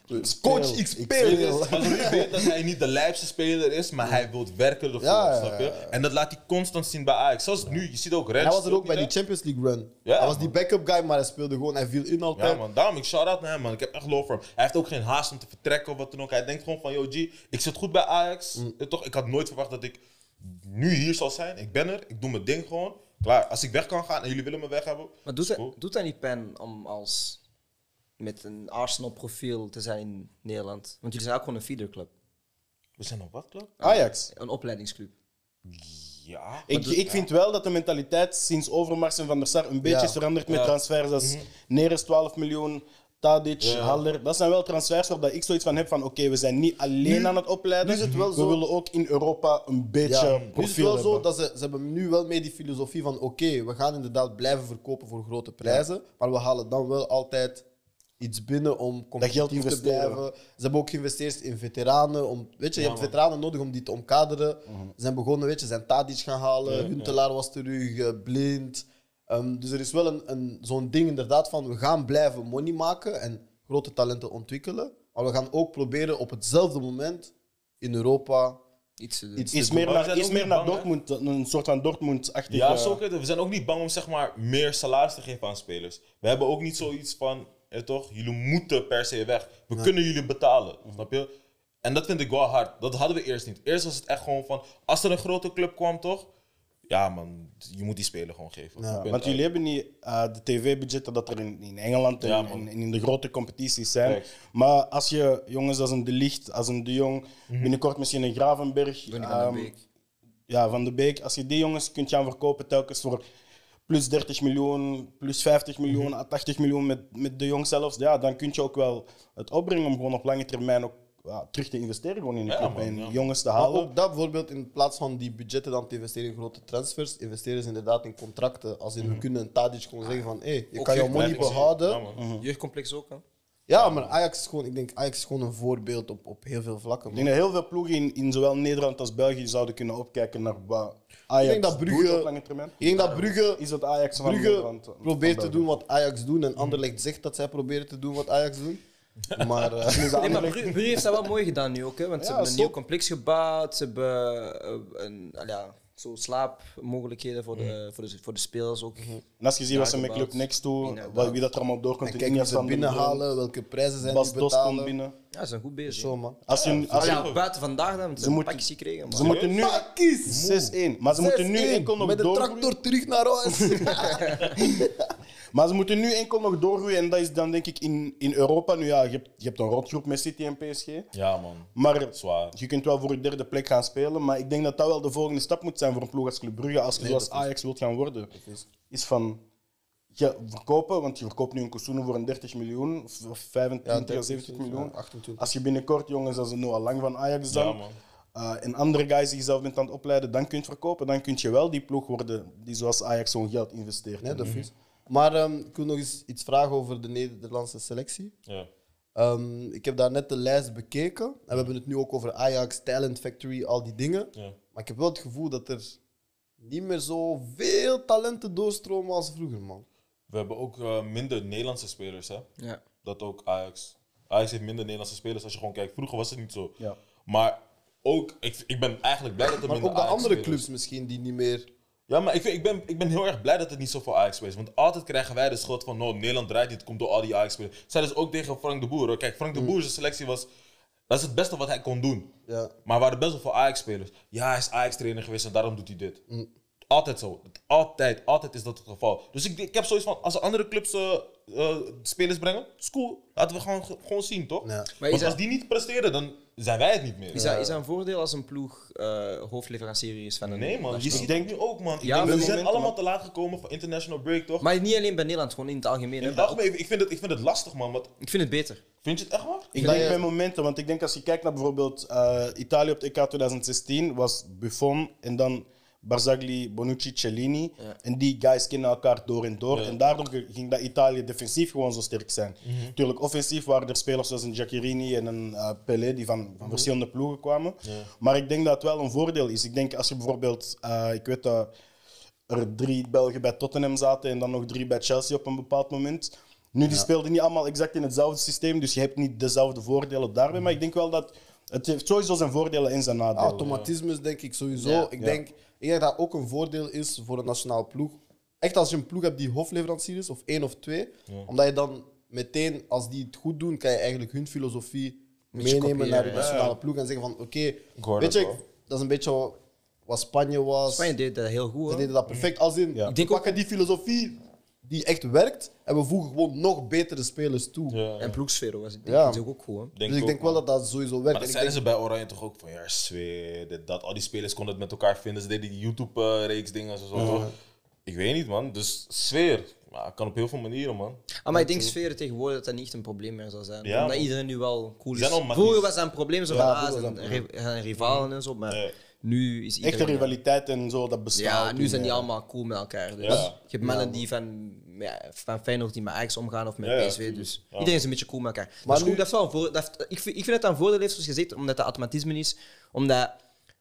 S3: Coach,
S4: speel,
S3: ik
S4: ik
S2: het
S3: speel.
S2: is- Mazraoui weet dat hij niet de lijpste speler is, maar hij wil werken ervoor,
S3: Ja, ja,
S2: snap je? En dat laat hij constant zien bij Ajax. Zoals nu, je ziet ook Reds.
S3: Hij was er ook bij
S2: hè?
S3: die Champions League run.
S2: Ja,
S3: hij was
S2: man.
S3: die backup guy, maar hij speelde gewoon, hij viel in altijd.
S2: Ja man, daarom, ik shout-out naar hem man. Ik heb echt love voor hem. Hij heeft ook geen haast om te vertrekken of wat dan ook. Hij denkt gewoon van, yo G, ik zit goed bij Ajax. Eh, Toch, ik had nooit verwacht dat ik nu hier zal zijn. Ik ben er, ik doe mijn ding gewoon. Klaar, als ik weg kan gaan en jullie willen me weg hebben.
S1: Maar doet,
S2: cool.
S1: dat, doet dat niet pijn om als met een Arsenal-profiel te zijn in Nederland? Want jullie zijn ook gewoon een feederclub.
S2: We zijn op wat club?
S4: Ajax.
S1: Een opleidingsclub.
S2: Ja.
S4: Ik, ik vind wel dat de mentaliteit sinds Overmars en Van der Sar een beetje
S3: Ja.
S4: is veranderd met transfers als Neres 12 miljoen, Tadic, Haller. Dat zijn wel transfers waar dat ik zoiets van heb van oké, we zijn niet alleen aan het opleiden.
S3: nu is het wel
S4: we
S3: zo-
S4: willen ook in Europa een beetje
S3: Ja,
S4: profiel
S3: nu is het wel zo
S4: hebben.
S3: dat ze, ze hebben nu wel mee die filosofie van oké, we gaan inderdaad blijven verkopen voor grote prijzen, maar we halen dan wel altijd iets binnen om competitief te
S4: investeren.
S3: blijven. Ze hebben ook geïnvesteerd in veteranen. Om, weet je, je hebt
S2: man.
S3: veteranen nodig om die te omkaderen. Ze zijn begonnen, weet je, zijn Tadic gaan halen. Huntelaar was terug, eh, blind. Ehm, dus er is wel een, een, zo'n ding inderdaad van we gaan blijven money maken en grote talenten ontwikkelen. Maar we gaan ook proberen op hetzelfde moment in Europa
S1: Iets eh, te doen.
S3: iets,
S4: Iets
S3: te doen.
S4: meer
S2: Maar we
S4: naar,
S2: zijn
S4: iets
S2: ook
S4: meer
S2: niet
S4: naar
S2: bang, hè?
S4: Dortmund, een soort van Dortmund-achtige...
S2: Ja, zo kun je het- we zijn ook niet bang om zeg maar, meer salaris te geven aan spelers. We hebben ook niet zoiets van, eh, toch, jullie moeten per se weg. We kunnen jullie betalen,
S3: Mhm.
S2: snap je? En dat vind ik wel hard. Dat hadden we eerst niet. Eerst was het echt gewoon van, als er een grote club kwam, toch? Ja, man, je moet die speler gewoon geven.
S3: Ja,
S2: Punt
S4: Want
S2: uit.
S4: jullie hebben niet eh, de tv-budgetten dat er in, in Engeland en
S2: Ja,
S4: en
S2: man.
S4: in, de grote competities zijn.
S2: Facts.
S4: Maar als je jongens als een De Ligt, als een De Jong,
S2: Mhm.
S4: binnenkort misschien een Gravenberg,
S1: Donny van den
S4: ehm,
S1: Beek.
S4: ja, Van de Beek, als je die jongens kunt gaan verkopen telkens voor plus 30 miljoen, plus 50
S2: Mhm.
S4: miljoen, à 80 miljoen met, met De Jong zelfs, ja, dan kun je ook wel het opbrengen om gewoon op lange termijn ook ja, terug te investeren gewoon in de
S2: Ja,
S4: club
S2: man,
S4: en
S2: ja.
S4: jongens te
S3: Maar
S4: halen.
S3: ook dat bijvoorbeeld, in plaats van die budgetten dan te investeren in grote transfers, investeren ze inderdaad in contracten. Als in, we kunnen een Tadic gewoon zeggen van, hé, je
S1: Ook
S3: kan jouw
S1: geen
S3: money
S2: Blijf ik zien.
S3: behouden.
S2: Ja,
S3: Ja,
S2: man.
S1: Jeugdcomplex ook, hè?
S3: maar Ajax is gewoon, ik denk, Ajax is gewoon een voorbeeld op, op heel veel vlakken.
S4: Ik
S3: man.
S4: denk dat heel veel ploegen in, in zowel Nederland als België zouden kunnen opkijken naar wat Ajax
S3: Ik denk dat Brugge-
S4: doet op lange termijn.
S3: Ik denk dat Brugge,
S4: Is het Ajax van
S3: Brugge
S4: Nederland?
S3: probeert te doen wat Ajax doet en Anderlecht zegt dat zij proberen te doen wat Ajax doet. Maar eh,
S1: Nee, maar Bru Bru heeft dat wel mooi gedaan nu ook, hè? Want ze
S4: Ja,
S1: hebben een
S4: stop.
S1: nieuw complex gebouwd. Ze hebben eh, een, ah ja, zo slaapmogelijkheden voor de,
S4: Mhm.
S1: voor de, voor de spelers ook.
S4: En als je ziet wat ze met
S1: Dagenbouw.
S4: Club Next doen,
S1: Inderdaad.
S4: wat- wie dat er allemaal door komt.
S3: en kijk wie ze binnenhalen, welke prijzen zijn
S4: Bas
S3: die
S4: Dost komt
S3: betalen.
S4: binnen.
S1: Ja, ze zijn goed bezig.
S3: Zo man.
S4: Als je, als
S1: Ah
S4: je-
S1: ja, buiten vandaag dan, want ze hebben een
S4: moeten-
S1: pakje gekregen.
S4: ze
S1: Maar.
S4: moeten nu...
S3: Pakkies!
S4: 6-1. Maar ze moeten nu
S3: 6-1,
S4: enkel nog
S3: Met de
S4: doorgroeien.
S3: tractor terug naar huis.
S4: Maar ze moeten nu enkel nog doorgroeien. En dat is dan denk ik in, in Europa. Nu ja, je hebt, je hebt een rotgroep met City en PSG.
S2: Ja, man.
S4: Maar
S2: Zwaar.
S4: je kunt wel voor je derde plek gaan spelen. Maar ik denk dat dat wel de volgende stap moet zijn voor een ploeg als Club Brugge. Als je zoals Ajax wilt gaan worden. Is. van je verkopen, want je verkoopt nu een Kosoenen voor een 30 miljoen. Of of 25 of 70 miljoen.
S3: 28.
S4: Als je binnenkort jongens als een Noah Lang van Ajax dan,
S2: Ja, man.
S4: eh, en andere guys die je zelf bent aan het opleiden, dan kunt verkopen. Dan kun je wel die ploeg worden die zoals Ajax zo'n geld investeert.
S3: Nee, dat
S2: Mhm.
S3: is. Maar ehm, ik wil nog eens iets vragen over de Nederlandse selectie.
S2: Ja.
S3: Ehm, ik heb daar net de lijst bekeken. En we hebben het nu ook over Ajax, Talent Factory, al die dingen.
S2: Ja.
S3: Maar ik heb wel het gevoel dat er niet meer zoveel talenten doorstromen als vroeger, man.
S2: We hebben ook eh, minder Nederlandse spelers, hè?
S1: Ja.
S2: Dat ook Ajax. Ajax heeft minder Nederlandse spelers als je gewoon kijkt. Vroeger was het niet zo.
S4: Ja.
S2: Maar ook, ik, ik ben eigenlijk blij dat er
S3: Maar
S2: minder
S3: ook de
S2: Ajax
S3: andere
S2: spelers-
S3: clubs misschien die niet meer.
S2: Ja, maar ik, vind- ik, ben, ik ben heel erg blij dat het niet zoveel Ajax spelers is. Want altijd krijgen wij de schuld van, no, Nederland draait niet, het komt door al die Ajax spelers. Zij dus ook tegen Frank de Boer. hoor. Kijk, Frank de Boer zijn selectie was, dat is het beste wat hij kon doen.
S3: Ja.
S2: Maar er waren best wel veel Ajax-spelers. Ja, hij is Ajax-trainer geweest en daarom doet hij dit. Altijd zo. Altijd, altijd is dat het geval. Dus ik, ik heb zoiets van, als er andere clubs eh, eh, spelers brengen, is cool. Laten we gewoon, gewoon zien, toch?
S3: Ja.
S1: Maar
S2: Want
S1: is
S2: als die niet presteren, dan zijn wij het niet meer.
S1: Is dat, is dat een voordeel als een ploeg eh hoofdleverancier is van een
S2: Nee, man. Je ziet
S4: denk-
S2: denk nu ook, man. Ik
S1: Ja,
S2: denk,
S1: we
S2: we zijn
S4: momenten,
S2: allemaal te laat gekomen voor international break, toch?
S1: Maar niet alleen bij Nederland, gewoon in het algemeen.
S2: In
S1: hè.
S2: het algemeen, ik vind het, ik vind het lastig, man. Want,
S1: Ik vind het beter.
S2: vind je het echt waar?
S4: Ik denk bij momenten, want ik denk als je kijkt naar bijvoorbeeld eh, Italië op het EK 2016, was Buffon en dan Barzagli, Bonucci, Cellini. En die guys kennen elkaar door en door. En daardoor ge- ging dat Italië defensief gewoon zo sterk zijn.
S2: Mhm.
S4: Natuurlijk, offensief waren er spelers zoals een Giacchirini en een eh, Pelé, die van, van
S2: Mhm.
S4: verschillende ploegen kwamen. Maar ik denk dat het wel een voordeel is. Ik denk als je bijvoorbeeld, eh, ik weet dat er drie Belgen bij Tottenham zaten en dan nog drie bij Chelsea op een bepaald moment. Nu, die speelden niet allemaal exact in hetzelfde systeem, dus je hebt niet dezelfde voordelen daarbij. Maar ik denk wel dat het heeft sowieso zijn voordelen en zijn nadelen.
S3: Ah, Automatismes denk ik sowieso.
S1: Ja.
S3: ik, Denk, ik denk dat ook een voordeel is voor een nationaal ploeg. Echt als je een ploeg hebt die hofleverancier is, of één of twee. Omdat je dan meteen, als die het goed doen, kan je eigenlijk hun filosofie meenemen
S1: kopiëren,
S3: naar de
S1: ja.
S3: nationale ploeg. En zeggen van, oké,
S2: hoor
S3: weet je,
S2: dat
S3: ik- dat is een beetje wat Spanje was.
S1: Spanje deed dat heel goed.
S3: Ze
S1: hoor.
S3: deden dat perfect. Als in,
S4: Ja.
S3: we
S4: Ik
S1: denk ook-
S3: pakken die filosofie die echt werkt en we voegen gewoon nog betere spelers toe.
S2: Ja.
S1: En ploegsfeer was het
S3: Ja.
S1: ja. ook goed. Hè.
S3: Dus ik denk wel dat dat sowieso werkt.
S2: Maar dat
S3: En ik
S2: zeiden ze bij Oranje toch ook van ja, sfeer, dit, dat. Al die spelers konden het met elkaar vinden. Ze deden die YouTube-reeks dingen en zo. toch? Ik weet niet, man. Dus sfeer. Maar kan op heel veel manieren, man.
S1: Ah, maar ik denk sferen tegenwoordig dat dat niet een probleem meer zal zijn.
S2: Ja,
S1: omdat
S2: man.
S1: iedereen nu wel cool
S2: Zijn
S1: is.
S2: al matties.
S1: Vroeger was dat een probleem, zo van
S3: vroeger
S1: ah,
S3: was
S1: zijn,
S3: dat een
S1: ri- zijn rivalen en zo. Maar
S2: Ja.
S1: Nu is iedereen...
S4: Echte rivaliteit en zo, dat bestaat.
S1: Ja, nu
S4: niet
S1: zijn die
S4: meer.
S1: allemaal cool met elkaar. Dus.
S2: Ja.
S1: Je hebt mannen die van, ja, van Feyenoord die met Ajax omgaan of met
S2: Ja, ja,
S1: PSV. Dus
S2: Ja.
S1: iedereen is een beetje cool met elkaar.
S3: Maar
S1: Maar dat, is goed,
S3: nu-
S1: dat is wel een voor, dat heeft- ik, vind, ik vind het een voordeel, heeft, zoals gezegd, omdat dat automatisme is. Omdat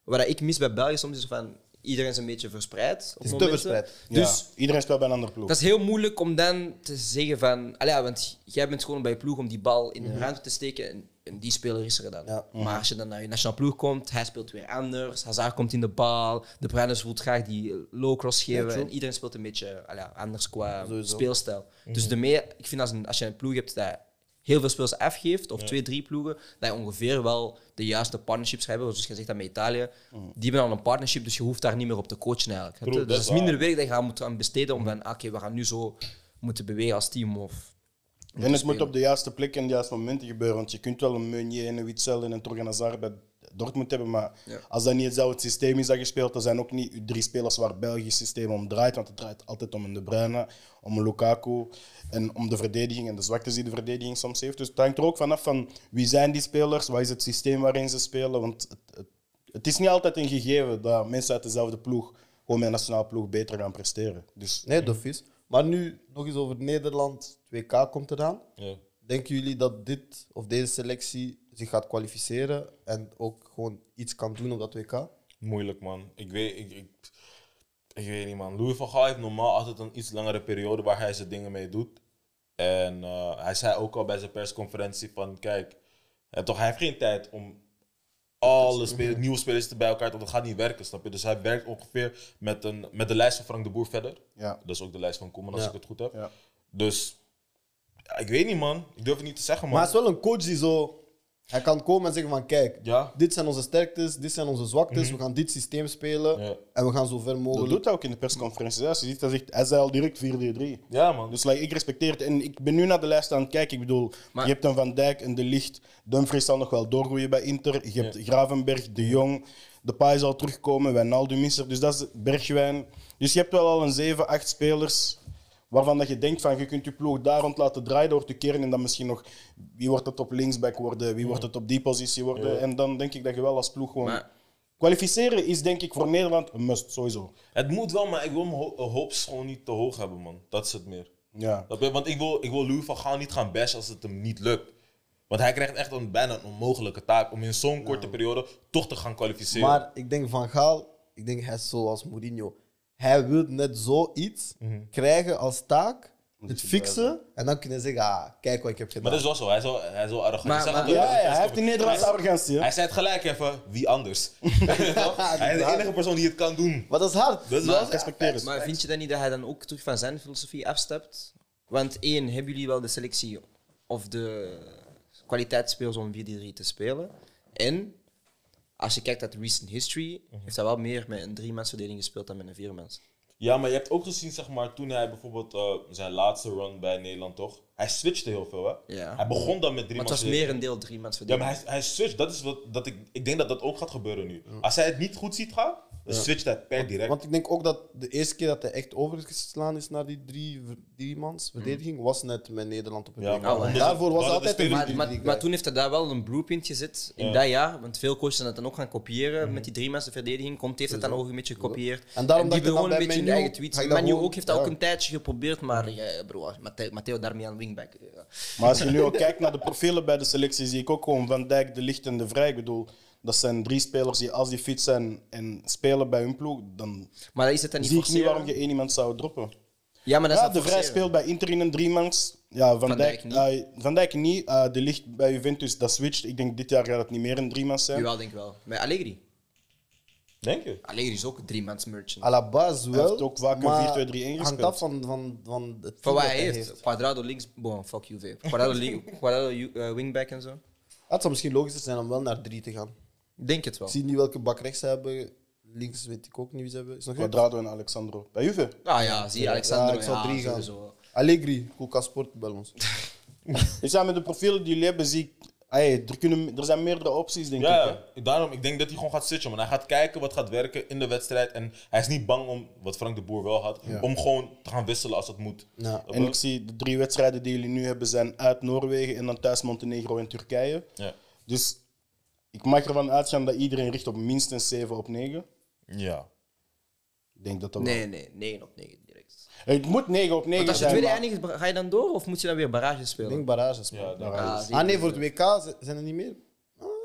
S1: wat ik mis bij België soms is van iedereen is een beetje verspreid. Op
S3: is te
S1: momenten.
S3: verspreid.
S4: Ja,
S1: Dus
S4: iedereen speelt bij een andere ploeg.
S1: dat is heel moeilijk om dan te zeggen van... Allee, ja, want jij bent gewoon bij je ploeg om die bal in de ruimte te steken. En, en die speler is er dan. Maar als je dan naar je nationale ploeg komt, hij speelt weer anders. Hazard komt in de bal. De Bruiners wil graag die low cross geven. en iedereen speelt een beetje allee, anders qua speelstijl. Dus de meer, ik vind als, een, als je een ploeg hebt dat heel veel spelers afgeeft, of twee, drie ploegen, dat je ongeveer wel de juiste partnerships hebben. Zoals je zegt dat met Italië. Die hebben al een partnership, dus je hoeft daar niet meer op te coachen eigenlijk.
S2: True,
S1: dus
S2: Mm. dat
S1: dat
S2: is
S1: is minder
S2: waar. Mm.
S1: werk dat je aan moet aan besteden om van, ah, oké, we gaan nu zo moeten bewegen als team. Of
S4: en het
S1: spelen.
S4: moet op de juiste plek en de juiste momenten gebeuren. Want je kunt wel een Meunier en een Witzel en een Torgan Hazard bij Dortmund hebben. Maar als dat niet hetzelfde systeem is dat je speelt, dan zijn ook niet uw drie spelers waar Belgisch systeem om draait. Want het draait altijd om een De Bruyne, om een Lukaku en om de verdediging en de zwaktes die de verdediging soms heeft. Dus het hangt er ook vanaf van wie zijn die spelers, wat is het systeem waarin ze spelen. Want het, het, het is niet altijd een gegeven dat mensen uit dezelfde ploeg gewoon met een nationale ploeg beter gaan presteren. Dus
S3: Nee, dat is. Maar nu nog eens over Nederland. 2K komt eraan.
S2: Ja.
S3: Denken jullie dat dit of deze selectie zich gaat kwalificeren en ook gewoon iets kan doen op dat 2K?
S2: Moeilijk, man. Ik weet, ik, ik, ik weet niet, man. Louis van Gaal heeft normaal altijd een iets langere periode waar hij zijn dingen mee doet. En eh, hij zei ook al bij zijn persconferentie van, kijk, en toch, hij heeft geen tijd om alle spelers, nieuwe spelers te bij elkaar te Dat gaat niet werken, snap je? Dus hij werkt ongeveer met, een, met de lijst van Frank de Boer verder.
S4: Ja.
S2: Dat is ook de lijst van Koeman, als ik het goed heb.
S4: Ja.
S2: Dus, ja, ik weet niet, man. Ik durf het niet te zeggen, man.
S3: Maar hij is wel een coach die zo. Hij kan komen en zeggen van kijk,
S2: Ja. Mhm.
S3: dit zijn onze sterktes, dit zijn onze zwaktes, we gaan dit systeem spelen
S2: Ja.
S3: en we gaan zo ver
S4: Dat
S3: mogelijk.
S4: doet hij ook in de persconferentie. Als je ziet, hij, zegt, hij zei al direct 4-3-3.
S2: Ja, man.
S4: Dus like, ik respecteer het. En ik ben nu naar de lijst aan het kijken. Ik bedoel,
S1: Maar-
S4: je hebt een Van Dijk, een De Ligt. Dumfries zal nog wel doorgroeien bij Inter. Je hebt Gravenberg, De Jong. De Pai zal terugkomen. Wijnaldum is er. Dus dat is Bergwijn. Dus je hebt wel al een 7, 8 spelers waarvan dat je denkt van je kunt je ploeg daar rond laten draaien door te keren en dan misschien nog wie wordt het op linksback worden, wie wordt het op die positie worden. En dan denk ik dat je wel als ploeg gewoon...
S1: Maar-
S4: Kwalificeren is denk ik voor Nederland een must, sowieso.
S2: Het moet wel, maar ik wil mijn ho- hopes gewoon niet te hoog hebben, man. Dat is het meer.
S4: Ja.
S2: Snap je? Want ik wil, ik wil Louis van Gaal niet gaan bashen als het hem niet lukt. Want hij krijgt echt een bijna een onmogelijke taak om in zo'n korte periode toch te gaan kwalificeren.
S3: Maar ik denk van Gaal, ik denk hij is zoals Mourinho. Hij wil net zoiets
S2: Mhm.
S3: krijgen als taak, het fixen en dan kunnen zeggen, ah, kijk wat ik heb
S2: Maar
S3: gedaan.
S2: dat is wel zo, hij is wel, hij is wel arrogant.
S1: Maar-
S2: Hij zegt
S1: maar-
S2: het ook
S4: Ja,
S2: in de
S4: ja, hij heeft die Nederlandse
S2: persconferentie.
S4: arrogantie. hè.
S2: Hij zei het gelijk even, wie anders? Toch? hij is de enige persoon die het kan doen.
S3: Maar dat is hard.
S2: Dat is
S4: Maar
S2: wel
S4: ik respecteer het.
S1: Maar vind je dan niet dat hij dan ook terug van zijn filosofie afstapt? Want één, hebben jullie wel de selectie of de kwaliteitsspelers om 4-3 te spelen? En als je kijkt naar de recent history,
S2: Mhm.
S1: heeft hij wel meer met een driemansverdeling gespeeld dan met een viermans.
S2: Ja, maar je hebt ook gezien, zeg maar, toen hij bijvoorbeeld eh, zijn laatste run bij Nederland, toch? Hij switchte heel veel, hè?
S1: Ja.
S2: Hij begon dan met drie
S1: Maar het was
S2: man-
S1: meer een deel
S2: Ja,
S1: driemansverdeling.
S2: maar hij, hij switcht. Dat is wat dat ik, ik denk dat dat ook gaat gebeuren nu. Als hij het niet goed ziet gaan, dan switcht hij per direct.
S3: Want ik denk ook dat de eerste keer dat hij echt overgeslaan is naar die drie, drie mans
S4: Mhm.
S3: verdediging, was net met Nederland op een
S2: Ja,
S3: WK.
S2: maar
S1: omdat-
S3: Daarvoor was
S2: dat
S3: altijd
S2: is
S3: een
S2: maar-
S1: Maar,
S3: drie-
S1: maar,
S3: drie-
S1: maar toen heeft hij daar wel een blueprint gezet in
S2: Ja.
S1: dat jaar. Want veel coaches zijn dat dan ook gaan kopiëren. Met die drie mensen verdediging komt, heeft het dan ook een beetje gekopieerd.
S3: Mhm. En daarom
S1: die
S3: dat je
S1: wil
S3: dan
S1: gewoon een
S3: bij
S1: beetje hun
S3: Menu
S1: eigen
S3: ga
S1: tweets.
S3: je dan
S1: Manu
S3: gewoon-
S1: ook heeft dat ook
S3: ja.
S1: een tijdje geprobeerd. Maar ja, bro, Mathe- Matteo daarmee aan wingback. eh, Ja.
S4: Maar als je nu ook kijkt naar de profielen bij de selectie, zie ik ook gewoon Van Dijk, De Ligt en De Vrij. Ik bedoel, dat zijn drie spelers die als die fit zijn en spelen bij hun ploeg, dan
S1: Maar is het dan niet
S4: zie ik niet
S1: forceren?
S4: waarom je één iemand zou droppen.
S1: Ja, maar dat is
S4: Ja,
S1: dan
S4: de Vrij
S1: forceren.
S4: speelt bij Inter in een driemans. Ja, Van,
S1: Van
S4: Dijk,
S1: Dijk
S4: eh, Van Dijk niet. Eh, de Ligt bij Juventus, dat switcht. Ik denk dit jaar gaat het niet meer een driemans zijn.
S1: Jawel, denk ik wel. Maar Allegri.
S2: Denk je?
S1: Allegri is ook een driemans merchant.
S3: À la base wel.
S4: Hij heeft ook vaak een
S3: maar
S4: 4-2-3-1
S3: Hangt
S4: gespeeld.
S3: af van, van, van het
S1: Van
S3: team dat
S1: wat hij heeft. Quadrado links. Bon, fuck you, Quadrado, li- Quadrado eh, wingback en zo.
S3: Het zou misschien logischer zijn om wel naar drie te gaan.
S1: Ik denk het wel.
S3: Ik zie niet welke bak rechts ze hebben. Links weet ik ook niet wie ze hebben. Is nog iemand?
S4: Quadrado en Alexandro. Bij Juve.
S1: Ah ja, zie je,
S3: Ja,
S1: Alexander.
S3: ik zal drie gaan.
S1: sowieso.
S3: Allegri, Koeka Sport, bel ons.
S4: Dus ja, met de profielen die jullie hebben, zie ik... Hey, er, kunnen, er zijn meerdere opties, denk ik. hè.
S2: Ja, daarom, ik denk dat hij gewoon gaat switchen. Maar hij gaat kijken wat gaat werken in de wedstrijd. En hij is niet bang om, wat Frank de Boer wel had, om gewoon te gaan wisselen als dat moet.
S3: Ja.
S2: Snap je?
S4: En ik zie de drie wedstrijden die jullie nu hebben zijn uit Noorwegen en dan thuis Montenegro en Turkije.
S2: Ja.
S4: Dus Ik mag ervan uitgaan dat iedereen richt op minstens 7 op 9.
S2: Ja.
S4: Ik denk dat dat wel-
S1: Nee, nee, 9 op 9 direct.
S4: Het moet 9 op 9
S1: Want als je
S4: zijn.
S1: tweede
S4: maar-
S1: eindigt, ga je dan door of moet je dan weer barrage
S3: Ik
S1: spelen?
S3: denk barrages. man.
S2: Ja, daar-
S1: Ah, zie
S3: ah
S1: je.
S3: nee, voor het WK z- zijn er niet meer.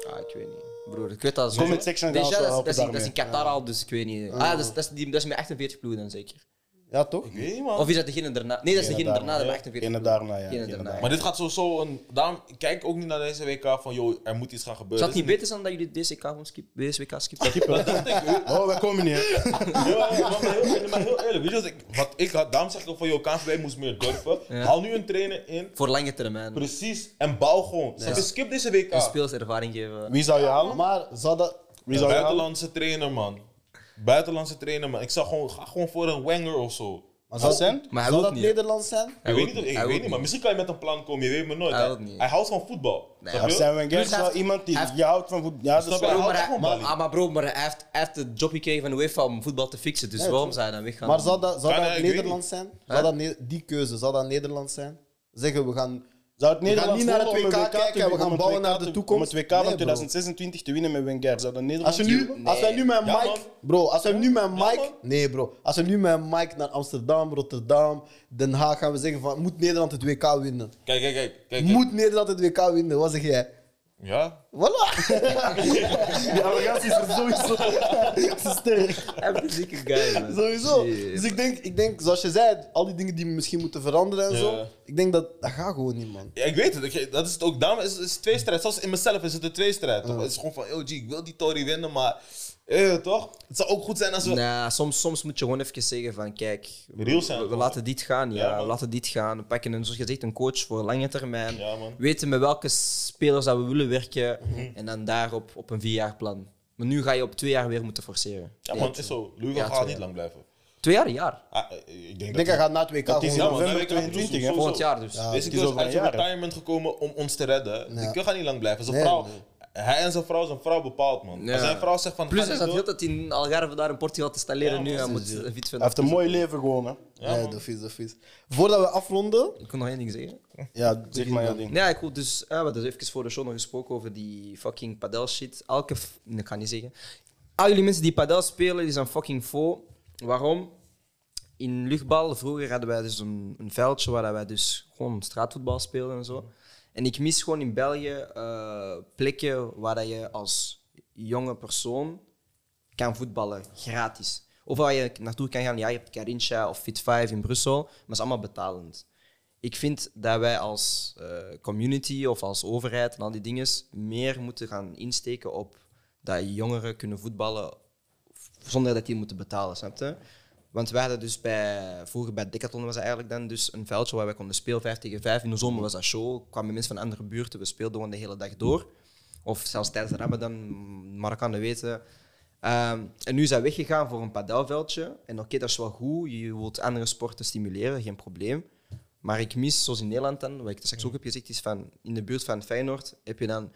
S1: Ah, ik weet niet. Broer, ik weet dat zo.
S4: Comment section gaat
S1: Déjà,
S4: ons wel
S1: dat, is-
S4: helpen
S1: dat, is, dat is
S4: daarmee.
S1: in Qatar al, dus ik weet niet. Ah, dat is, dat is, die, dat is met 48 ploegen dan zeker.
S3: Ja, toch?
S2: Ik weet niet, man.
S1: Of is dat degene daarna? Nee, dat is degene daarna, dat met 48
S4: Ene
S1: ploegen.
S4: daarna, ja.
S1: Ene
S4: Ene
S1: daarna.
S2: Maar dit gaat sowieso een... Daarom ik kijk ook niet naar deze WK van, joh, er moet iets
S1: Zou
S2: gaan gebeuren.
S1: het niet beter zijn dat jullie deze WK gewoon skip- deze WK skippen?
S4: Oh, wij komen niet. hè.
S2: Ja, maar, maar heel, maar heel eerlijk, weet je wat ik, wat ik had? Daarom zeg ik ook van, joh, KNVB moest meer durven. Haal nu een trainer in,
S1: Voor lange termijn.
S2: precies, en bouw gewoon. Snap je? Skip deze WK.
S1: En speelservaring geven.
S4: Wie zou je halen?
S3: Maar zou dat.
S4: Wie zou je halen?
S2: Buitenlandse trainer, man. Buitenlandse trainer, man. Ik zou gewoon, ga gewoon voor een Wenger of zo.
S3: Maar
S4: Zou
S3: zou,
S4: zijn?
S1: Maar hij wil
S3: zou dat
S1: het niet. hè?
S3: Nederlands zijn?
S1: Hij wil
S2: Ik weet
S1: het
S2: niet, of-
S1: niet,
S2: ik
S1: hij
S2: weet
S1: wil
S2: niet,
S1: het
S2: maar misschien kan je met een plan komen, je weet me nooit.
S1: Hij
S2: Hij,
S1: wil het niet.
S2: hij houdt van voetbal.
S1: Nee,
S2: snap
S4: Of
S2: je?
S4: zijn Wenger
S1: Dus hij
S4: wel
S1: heeft-
S4: iemand die
S1: hij heeft-
S4: je houdt van voetbal? Ja, dat is
S2: Snap je?
S4: waar.
S1: Bro, maar,
S2: Hij houdt
S1: hij,
S2: echt van
S1: maar,
S2: Bali.
S1: ah, maar bro, maar hij heeft, hij heeft de job gekregen van de UEFA om voetbal te fixen, dus waarom zou hij dan weggaan?
S3: Maar zou dat, zou
S2: Kan,
S3: dat
S2: eh, ik weet
S3: Nederlands zijn? Zou dat Ne- die keuze, zou dat Nederlands zijn? Zeggen we gaan.
S4: Zou het
S3: We gaan
S4: Nederland
S3: niet naar het
S4: willen om een
S3: WK
S4: te-
S3: kijken, we
S4: om
S3: gaan
S4: het
S3: bouwen
S4: WK
S3: naar de
S4: te-
S3: toekomst?
S4: Om het WK van
S3: Nee, bro.
S4: 2026 te winnen met Wenger, zou dat Nederland
S3: Als, je nu, als wij nu met
S2: Ja,
S3: Mike.
S2: man.
S3: Bro, als wij nu met Mike.
S2: man.
S3: nee, bro. Als we nu met Mike naar Amsterdam, Rotterdam, Den Haag gaan we zeggen: van, moet Nederland het WK winnen?
S2: Kijk, kijk, kijk. kijk, kijk.
S3: Moet Nederland het WK winnen? Wat zeg jij?
S2: Ja?
S3: Voilà! Die arrogantie is er sowieso. Ze is sterk.
S1: Hij is een zieke guy, man.
S3: Sowieso.
S1: Shit.
S3: Dus ik denk, ik denk, zoals je zei, al die dingen die misschien moeten veranderen en
S2: Ja.
S3: zo. Ik denk dat dat gaat gewoon niet, man.
S2: Ja, ik weet het. Ik- dat is het ook. Daarom is is het tweestrijd. Zelfs in mezelf is het een tweestrijd. toch? Het is gewoon van, oh gee, ik wil die Tory winnen, maar... Eh, toch? Het zou ook goed zijn als we...
S1: Nah, soms, soms moet je gewoon even zeggen van kijk,
S2: Real
S1: we,
S2: zijn,
S1: we
S2: man.
S1: laten dit gaan, ja,
S2: Ja, man.
S1: we laten dit gaan. We pakken een, zoals gezegd een coach voor lange termijn.
S2: Ja, man.
S1: Weten met welke spelers dat we willen werken en dan daarop op een vierjaar plan. Maar nu ga je op twee jaar weer moeten forceren.
S2: Ja,
S1: Nee.
S2: man, het is zo. Louis van
S1: Ja,
S2: Gaal gaat
S1: twee,
S2: niet
S1: ja.
S2: lang blijven.
S1: Twee jaar, een jaar.
S2: Ah, eh, ik denk
S3: Ik denk hij gaat na het WK
S4: Dat is
S3: gewoon...
S4: jammer.
S3: Ja,
S4: november 22, hè?
S1: Volgend jaar dus. Ja.
S2: Deze
S4: het is
S2: coach
S4: over
S2: uit
S4: een
S2: zijn
S4: jaar, hè?
S2: retirement gekomen om ons te redden. Die kan niet lang blijven. Zijn
S3: Nee,
S2: vrouw,
S3: nee.
S2: Hij en zijn vrouw, zijn vrouw bepaalt, man.
S1: Ja.
S2: Als zijn vrouw zegt van...
S1: Plus
S2: ga
S1: hij
S2: niet
S1: zat heel
S2: door.
S1: dat in Algarve daar in Portugal te installeren nu. Hij moet een fiets
S4: Hij
S1: vinden.
S4: heeft een mooi leven gewoon, hè.
S3: nee, dat is, dat is. Voordat we afronden,
S1: Ik kon nog één ding zeggen.
S4: Ja, zeg maar jouw ding.
S1: Ja, ik wil dus, eh, we hadden even voor de show nog gesproken over die fucking padel shit. Elke, f- nee, ik ga niet zeggen. Al jullie mensen die padel spelen, die zijn fucking vol. Waarom? In luchtbal, vroeger hadden wij dus een, een veldje waar wij dus gewoon straatvoetbal speelden en zo. En ik mis gewoon in België eh, plekken waar dat je als jonge persoon kan voetballen, gratis. Of waar je naartoe kan gaan, ja, je hebt Carincha of Fit5 in Brussel, maar het is allemaal betalend. Ik vind dat wij als eh, community of als overheid en al die dingen meer moeten gaan insteken op dat jongeren kunnen voetballen zonder dat die moeten betalen, snap je? Want wij hadden dus bij, vroeger bij Decathlon was dat eigenlijk dan dus een veldje waar wij konden spelen, vijf tegen vijf. In de zomer was dat show, kwamen mensen van andere buurten, we speelden gewoon de hele dag door. Of zelfs tijdens de Ramadan, Marokkanen weten. Ehm, en nu is dat weggegaan voor een padelveldje. En oké, dat is wel goed. Je wilt andere sporten stimuleren, geen probleem. Maar ik mis, zoals in Nederland dan, wat ik daar straks ook heb gezegd, is van in de buurt van Feyenoord heb je dan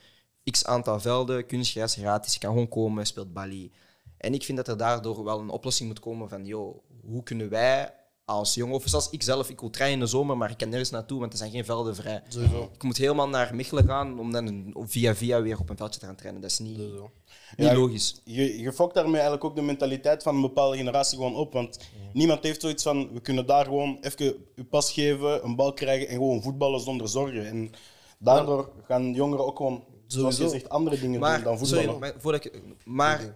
S1: x aantal velden, kunstgras gratis, je kan gewoon komen, speelt balie. En ik vind dat er daardoor wel een oplossing moet komen van, joh, hoe kunnen wij als jongen, of zelfs ik zelf, ik wil trainen in de zomer, maar ik kan nergens naartoe, want er zijn geen velden vrij. Ik moet helemaal naar Mechelen gaan om dan een- via via weer op een veldje te gaan trainen. Dat is niet, niet
S4: Ja,
S1: logisch.
S4: Je, je fokt daarmee eigenlijk ook de mentaliteit van een bepaalde generatie gewoon op. Want niemand heeft zoiets van, we kunnen daar gewoon even je pas geven, een bal krijgen en gewoon voetballen zonder zorgen. En daardoor gaan jongeren ook gewoon, zoals je
S3: Sowieso.
S4: zegt, andere dingen doen dan voetballen.
S1: sorry, maar, voordat ik, maar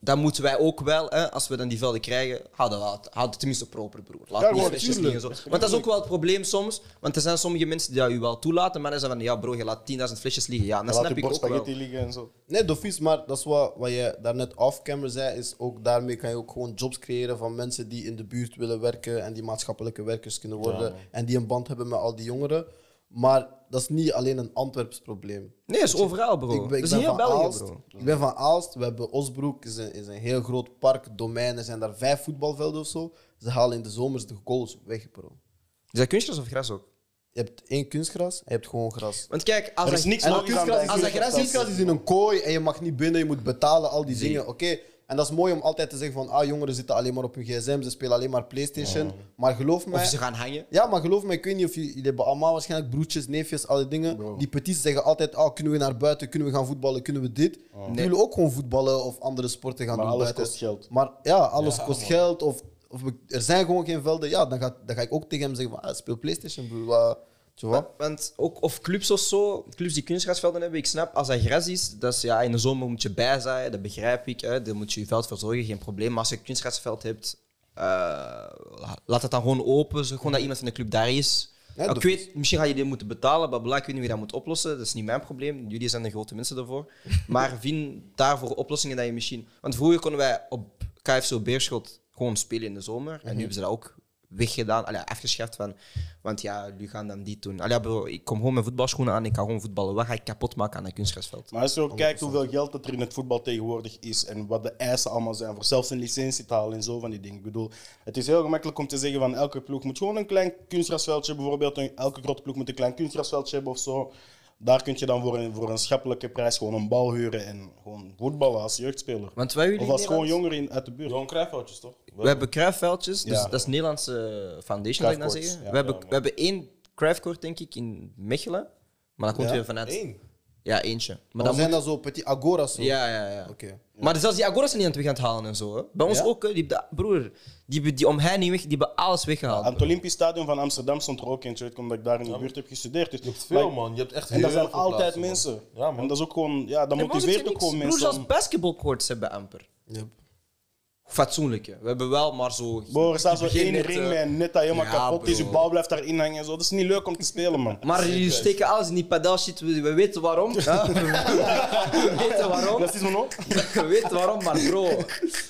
S1: dan moeten wij ook wel, hè, als we dan die velden krijgen, houden we het, houden het tenminste proper, broer. Laat
S4: Ja,
S1: niet
S4: gewoon,
S1: flesjes
S4: tuurlijk.
S1: liggen. Zo. Want dat is ook wel het probleem soms, want er zijn sommige mensen die dat u wel toelaten, maar dan zeggen van, ja bro, je laat 10.000 flesjes liggen. Ja, dat
S4: En laat
S1: snap ik
S4: je bord
S1: ook wel.
S4: spaghetti liggen en zo.
S3: Nee, dofies, maar dat is wat, wat je daarnet off-camera zei, is ook daarmee kan je ook gewoon jobs creëren van mensen die in de buurt willen werken en die maatschappelijke werkers kunnen worden en die een band hebben met al die jongeren. Maar dat is niet alleen een Antwerps probleem.
S1: Nee, dat is overal, bro.
S3: Ik ben,
S1: dat
S3: ik
S1: is
S3: ben
S1: heel
S3: van
S1: België,
S3: Aalst.
S1: bro.
S3: Ik ben van Aalst. We hebben Osbroek, is een, is een heel groot parkdomein. Er zijn daar vijf voetbalvelden of zo. Ze halen in de zomers de goals weg, bro.
S1: Is dat kunstjes of gras ook?
S3: Je hebt één kunstgras en je hebt gewoon gras.
S1: Want kijk, als
S4: Er is
S1: dat-
S4: niks
S1: en-
S4: logisch aan
S3: kunstgras,
S4: bij
S1: als dat
S4: kunstgras.
S1: gras is,
S3: kunstgras is in een kooi en je mag niet binnen, je moet betalen, al die dingen. Oké, En dat is mooi om altijd te zeggen van, ah, jongeren zitten alleen maar op hun gsm, ze spelen alleen maar Playstation. Maar geloof mij...
S1: Of ze gaan hangen.
S3: Ja, maar geloof me, ik weet niet of jullie, jullie hebben allemaal waarschijnlijk broertjes, neefjes, al die dingen. Die petits zeggen altijd, ah, kunnen we naar buiten, kunnen we gaan voetballen, kunnen we dit. Die willen ook gewoon voetballen of andere sporten gaan
S4: Maar
S3: doen
S4: alles
S3: buiten.
S4: kost geld.
S3: Maar ja, alles kost geld of, of we- er zijn gewoon geen velden. Ja, dan ga, dan ga ik ook tegen hem zeggen van, ah, speel Playstation, broer. Wat, tu vois?
S1: Want ook, of clubs of zo, clubs die kunstgrasvelden hebben, ik snap, als dat gras is, dat is ja, in de zomer moet je bijzaaien, dat begrijp ik. Hè, dan moet je je veld verzorgen, geen probleem. Maar als je een kunstgrasveld hebt, eh, la- laat het dan gewoon open, zo, gewoon dat iemand van de club daar is.
S3: Ja,
S1: ik
S3: dat-
S1: weet, misschien ga je die moeten betalen, blablabla, ik weet niet wie dat moet oplossen, dat is niet mijn probleem. Jullie zijn de grote mensen daarvoor. Maar vind daarvoor oplossingen dat je misschien... Want vroeger konden wij op KFCO Beerschot gewoon spelen in de zomer, en nu hebben ze dat ook weggedaan, allee, afgeschaft van, want ja, nu gaan dan dit doen. Allee, ja, bro, ik kom gewoon mijn voetbalschoenen aan, ik ga gewoon voetballen. Wat ga ik kapot maken aan een kunstgrasveld?
S4: Maar als je ook kijkt hoeveel geld dat er in het voetbal tegenwoordig is en wat de eisen allemaal zijn voor zelfs een licentie te halen en zo van die dingen. Ik bedoel, het is heel gemakkelijk om te zeggen van elke ploeg moet gewoon een klein kunstgrasveldje bijvoorbeeld. en Elke grote ploeg moet een klein kunstgrasveldje hebben of zo. Daar kun je dan voor een, voor een schappelijke prijs gewoon een bal huren en gewoon voetballen als jeugdspeler.
S1: Want wij jullie
S4: Of
S1: in
S4: als gewoon
S1: Nederland-
S4: jongeren in- uit de buurt.
S2: Gewoon kruifhoutjes, toch?
S1: We hebben kruifveldjes, dus
S4: Ja.
S1: dat is Nederlandse foundation, zou ik dan
S4: Kruifkoorts,
S1: zeggen.
S4: ja.
S1: we, hebben,
S2: Ja, man.
S1: we hebben één kruifkoord, denk ik, in Mechelen. Maar dat komt weer vanuit...
S2: Eén.
S1: Ja, eentje. Maar dan
S3: Maar dan Oh, zijn
S1: moet...
S3: dat zo petit agoras. zo.
S1: Ja, ja, ja.
S3: Oké.
S1: Maar zelfs die agoras zijn niet aan het weg aan het halen en zo. Hè. Bij ons
S3: Ja?
S1: ook, hè. Die, hebben de- broer, die, hebben die omheining weg, die hebben alles weggehaald.
S4: Aan het Olympisch Stadion van Amsterdam stond er ook eentje uit, omdat ik daar in de buurt heb gestudeerd. Dus,
S2: Je hebt veel,
S4: like,
S2: man. Je hebt echt
S4: En
S2: heel
S4: dat zijn
S2: veel
S4: altijd
S2: plaatsen, man.
S4: mensen.
S2: Ja, man.
S4: En dat is ook gewoon, ja, dat
S1: En bij ons heb je
S4: motiveert ook
S1: niks.
S4: gewoon
S1: Broer,
S4: mensen.
S1: zelfs
S4: om-
S1: basketbalcourts hebben amper.
S3: Yep.
S1: Fatsoenlijke. We hebben wel, maar zo...
S4: Bro, er staat zo
S1: begin
S4: één
S1: net,
S4: ring
S1: eh,
S4: met net dat helemaal
S1: ja,
S4: kapot is.
S1: bro.
S4: Je bal blijft daarin hangen en zo. Dat is niet leuk om te spelen, man.
S1: Maar jullie steken alles in die pedal shit, we, we weten waarom. hè. we weten waarom.
S4: Dat is me ook.
S1: We weten waarom, maar bro.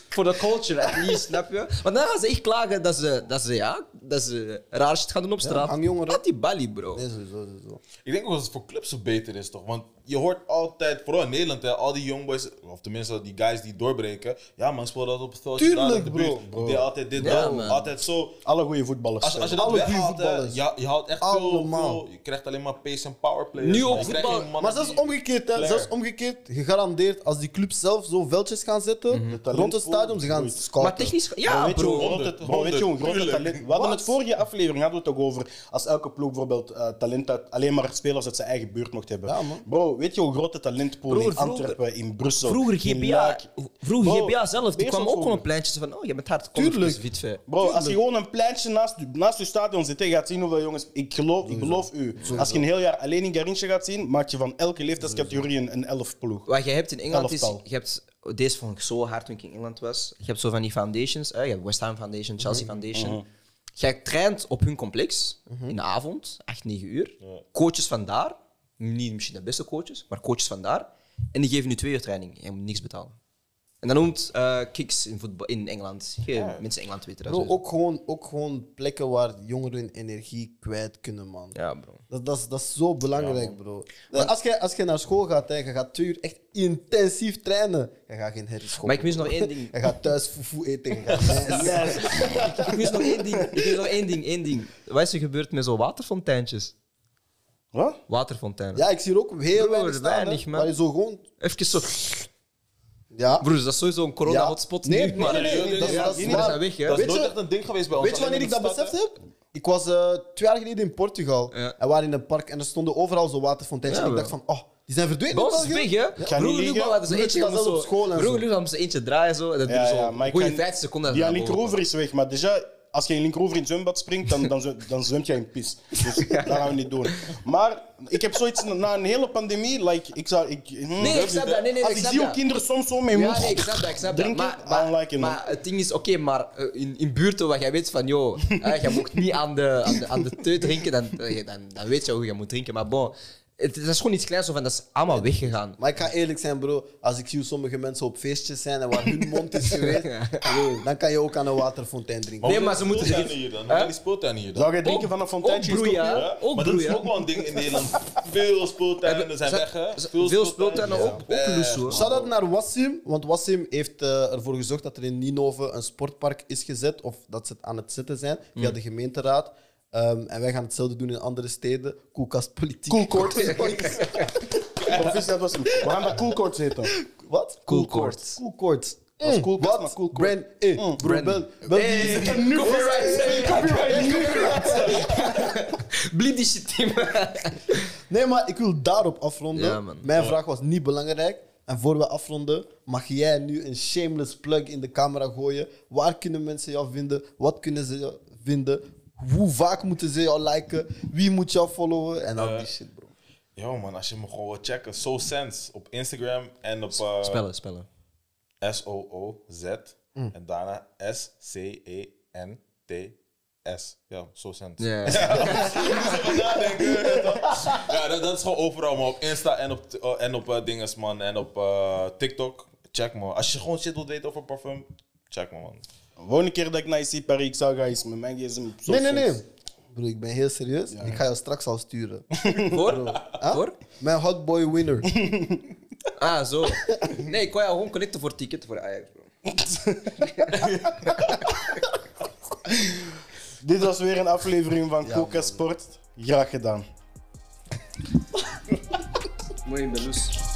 S1: Voor de culture, at least, snap je? Want dan gaan ze echt klagen dat ze, dat ze, ja, dat ze raar shit gaan doen op straat.
S3: hang jongeren.
S1: Laat die balie, bro.
S3: Nee, sowieso, sowieso.
S2: Ik denk ook dat het voor clubs zo beter is, toch? Want je hoort altijd, vooral in Nederland, hè, al die jongboys, of tenminste die guys die doorbreken. Ja, man, speel dat op het veldje.
S3: Tuurlijk,
S2: daar in de
S3: bro.
S2: buurt. Die deed altijd dit,
S1: Ja,
S2: dat,
S1: man.
S2: altijd zo.
S4: Alle goede voetballers.
S2: Als, als je
S4: zijn.
S2: dat
S3: Alle goede
S2: weghaalt, hè,
S3: voetballers.
S2: ja, je haalt echt veel,
S3: Allemaal.
S2: veel. Je krijgt alleen maar pace en powerplay.
S1: Nu op voetbal.
S3: Maar zelfs omgekeerd, hè,
S2: Flair.
S3: zelfs omgekeerd, gegarandeerd, als die clubs zelf zo veldjes gaan zetten rond het
S4: talentpool
S3: stadion, ze gaan
S4: groeit.
S3: scouten.
S1: Mhm. Maar technisch,
S4: Maar
S1: ja,
S4: weet je hoe
S1: bro.
S4: groot het-
S2: 100,
S4: bro, weet je hoe groot het
S2: 100,
S4: talent- We hadden het vorige aflevering hadden we het ook over als elke ploeg bijvoorbeeld eh, talent uit alleen maar spelers uit zijn eigen buurt mocht hebben.
S3: Ja, man.
S4: Bro, weet je hoe groot de talentpool
S1: Broer,
S4: in
S1: vroeger-
S4: Antwerpen, in Brussel,
S1: Vroeger
S4: in
S1: GBA,
S4: Luik-
S1: vroeger
S4: Bro,
S1: GBA zelf, die
S4: Beerschot
S1: kwam ook
S4: vroeger.
S1: gewoon op pleintjes van, oh, je bent hard. Kom,
S3: Tuurlijk.
S1: even, wit, vet.
S4: Bro, als je gewoon een pleintje naast, naast je stadion zit, je gaat zien hoeveel jongens. Ik geloof, ik beloof u. Als je een heel jaar alleen in Garintje gaat zien, maak je van elke leeftijdscategorie een, een elf ploeg.
S1: Wat je hebt in Engeland is,
S4: Elftal.
S1: je hebt, oh, deze vond ik zo hard toen ik in Engeland was. Je hebt zo van die foundations, hè, je hebt West Ham
S3: Mhm.
S1: Foundation, Chelsea Foundation. Jij traint op hun complex
S3: Mhm.
S1: in de avond, 8, 9 uur. Coaches van daar, niet misschien de beste coaches, maar coaches van daar. En die geven nu twee uur training. Je moet niks betalen. En dat noemt eh, kicks in, voetbal, in Engeland. Geen mensen in Engeland weten dat.
S3: Bro,
S1: sowieso.
S3: ook, gewoon, ook gewoon plekken waar jongeren hun energie kwijt kunnen, man.
S1: Ja, bro.
S3: Dat, dat, is, dat is zo belangrijk, bro. Als je, als je naar school gaat, hè, je gaat twee uur echt intensief trainen. Je gaat geen herrie schoppen.
S1: Maar ik mis nog één ding.
S3: Je gaat thuis foefoe eten. Je gaat
S1: Ik mis nog één ding. Ik mis nog één ding, één ding. Wat is er gebeurd met zo'n waterfonteintjes?
S4: Wat?
S1: Waterfonteinen.
S3: ja, ik zie er ook heel
S1: Broer,
S3: weinig staan. hè,
S1: weinig, man.
S3: Waar je zo gewoon...
S1: Even zo.
S3: Ja.
S1: Broer, dat is sowieso een corona-hotspot
S3: Ja. Nee,
S1: nu. Maar
S3: nee, nee, nee,
S1: dat,
S3: dat is- dat is
S1: die zijn
S3: waar.
S1: weg, hè.
S2: Dat is
S3: Weet
S2: nooit
S3: je-
S2: echt een ding geweest bij ons.
S3: Weet je wanneer
S2: Alleen
S3: ik
S2: in de
S3: dat
S2: stad,
S3: beseft
S2: hè.
S3: heb? Ik was eh, twee jaar geleden in Portugal.
S1: Ja.
S3: En we waren in een park en er stonden overal zo waterfonteintjes.
S1: Ja,
S3: en ik dacht
S1: wel.
S3: van, oh, die zijn verdwenen.
S1: Bij ons is
S3: in
S1: het
S3: België.
S1: weg, hè.
S4: ga niet
S1: Broer,
S4: liegen.
S1: Lugo hadden ze
S3: Broer,
S1: eentje
S3: ik
S1: gaan
S3: was
S1: zo...
S3: zelf op school en
S1: Broer,
S3: zo.
S1: Lugo hadden ze eentje draaien, zo. En dat duurde
S4: Ja, ja,
S1: zo
S4: maar
S1: een
S4: ik
S1: Dus goeie
S4: kan-
S1: 50 seconden.
S4: Die aan
S1: en dan boven.
S4: Linkeroever is weg, maar déjà, als je in Linkeroever in het zwembad springt, dan, dan, zwe- dan zwemt jij in pis. Dus dat gaan we niet doen. Maar ik heb zoiets na- na een hele pandemie, like, ik zou... Ik, hm,
S1: Nee, ik snap dat. Nee, nee,
S4: als
S1: ik
S4: ik
S1: snap
S4: zie hoe
S1: dat.
S4: kinderen soms zo mee
S1: Ja, nee, ik snap dat, ik snap dat.
S4: drinken,
S1: Maar,
S4: I
S1: maar,
S4: don't like it, man.
S1: maar het ding is, oké, maar eh, in, in buurten waar jij weet van, joh, hè, jij mocht niet aan de, aan de, aan de teut drinken, dan, eh, dan, dan weet je hoe je moet drinken. Maar bon, het, dat is gewoon iets kleins, of en dat is allemaal weggegaan.
S3: Maar ik ga eerlijk zijn, bro. Als ik zie hoe sommige mensen op feestjes zijn en waar hun mond is geweest, bro, dan kan je ook aan een waterfontein drinken.
S1: Nee, maar ze moeten
S2: Speeltuin
S1: er iets-
S2: hier dan.
S1: Hè?
S2: Hoeveel speeltuinen hier dan?
S4: Zou jij drinken
S1: Ook-
S4: van een fonteintje?
S1: ook broeien, hè?
S2: Ja,
S1: Ook
S2: maar dat is
S1: broeien.
S2: ook wel een ding in Nederland. Veel speeltuinen zijn weg, hè?
S1: Veel speeltuinen, ook, ook
S2: Eh,
S1: loes, hoor.
S3: Shout-out naar Wassim, want Wassim heeft eh, ervoor gezorgd dat er in Ninove een sportpark is gezet, of dat ze het aan het zetten zijn, via de gemeenteraad. Ehm, en wij gaan hetzelfde doen in andere steden. Koelkastpolitiek.
S4: Coolcourt. Proficiat was hem. We gaan bij Coolcourt zitten.
S3: Wat?
S1: Coolcourt.
S3: Coolcourt.
S4: Dat is cool,
S3: Wat?
S4: maar cool, cool.
S3: Brand, eh, bro, bel, bel die-
S1: Bliep die shit, Tim.
S3: Nee, maar ik wil daarop afronden.
S1: Ja, man.
S3: Mijn vraag was niet belangrijk. En voor we afronden, mag jij nu een shameless plug in de camera gooien? Waar kunnen mensen jou vinden? Wat kunnen ze jou vinden? Hoe vaak moeten ze jou liken? Wie moet jou followen? En al die shit, bro.
S2: Yo man, als je me gewoon wilt checken. So Sense op Instagram en op eh,
S1: Spellen, spellen.
S2: S-O-O-Z. En daarna E S-C-E-N-T-S. Ja, So Sense.
S1: Ja.
S2: Ja, dat, dat is gewoon overal, maar op Insta en op, eh, en op eh, dinges, man. En op eh, TikTok. Check me. Als je gewoon shit wilt weten over parfum, check me, man.
S4: Volgende keer dat ik naar IC Paris, ik zou gaan iets met mijn gsm. zo
S3: Nee, nee, nee.
S4: soms.
S3: Bro, ik ben heel serieus. Ik ga jou straks al sturen.
S1: Voor?
S3: Huh?
S1: Voor?
S3: Mijn hotboy winner.
S1: Ah, zo. Nee, ik kon jou gewoon connecten voor ticket voor Ajax, bro.
S4: Dit was weer een aflevering van Coca Sport. Graag gedaan.
S1: Mooi in de lus.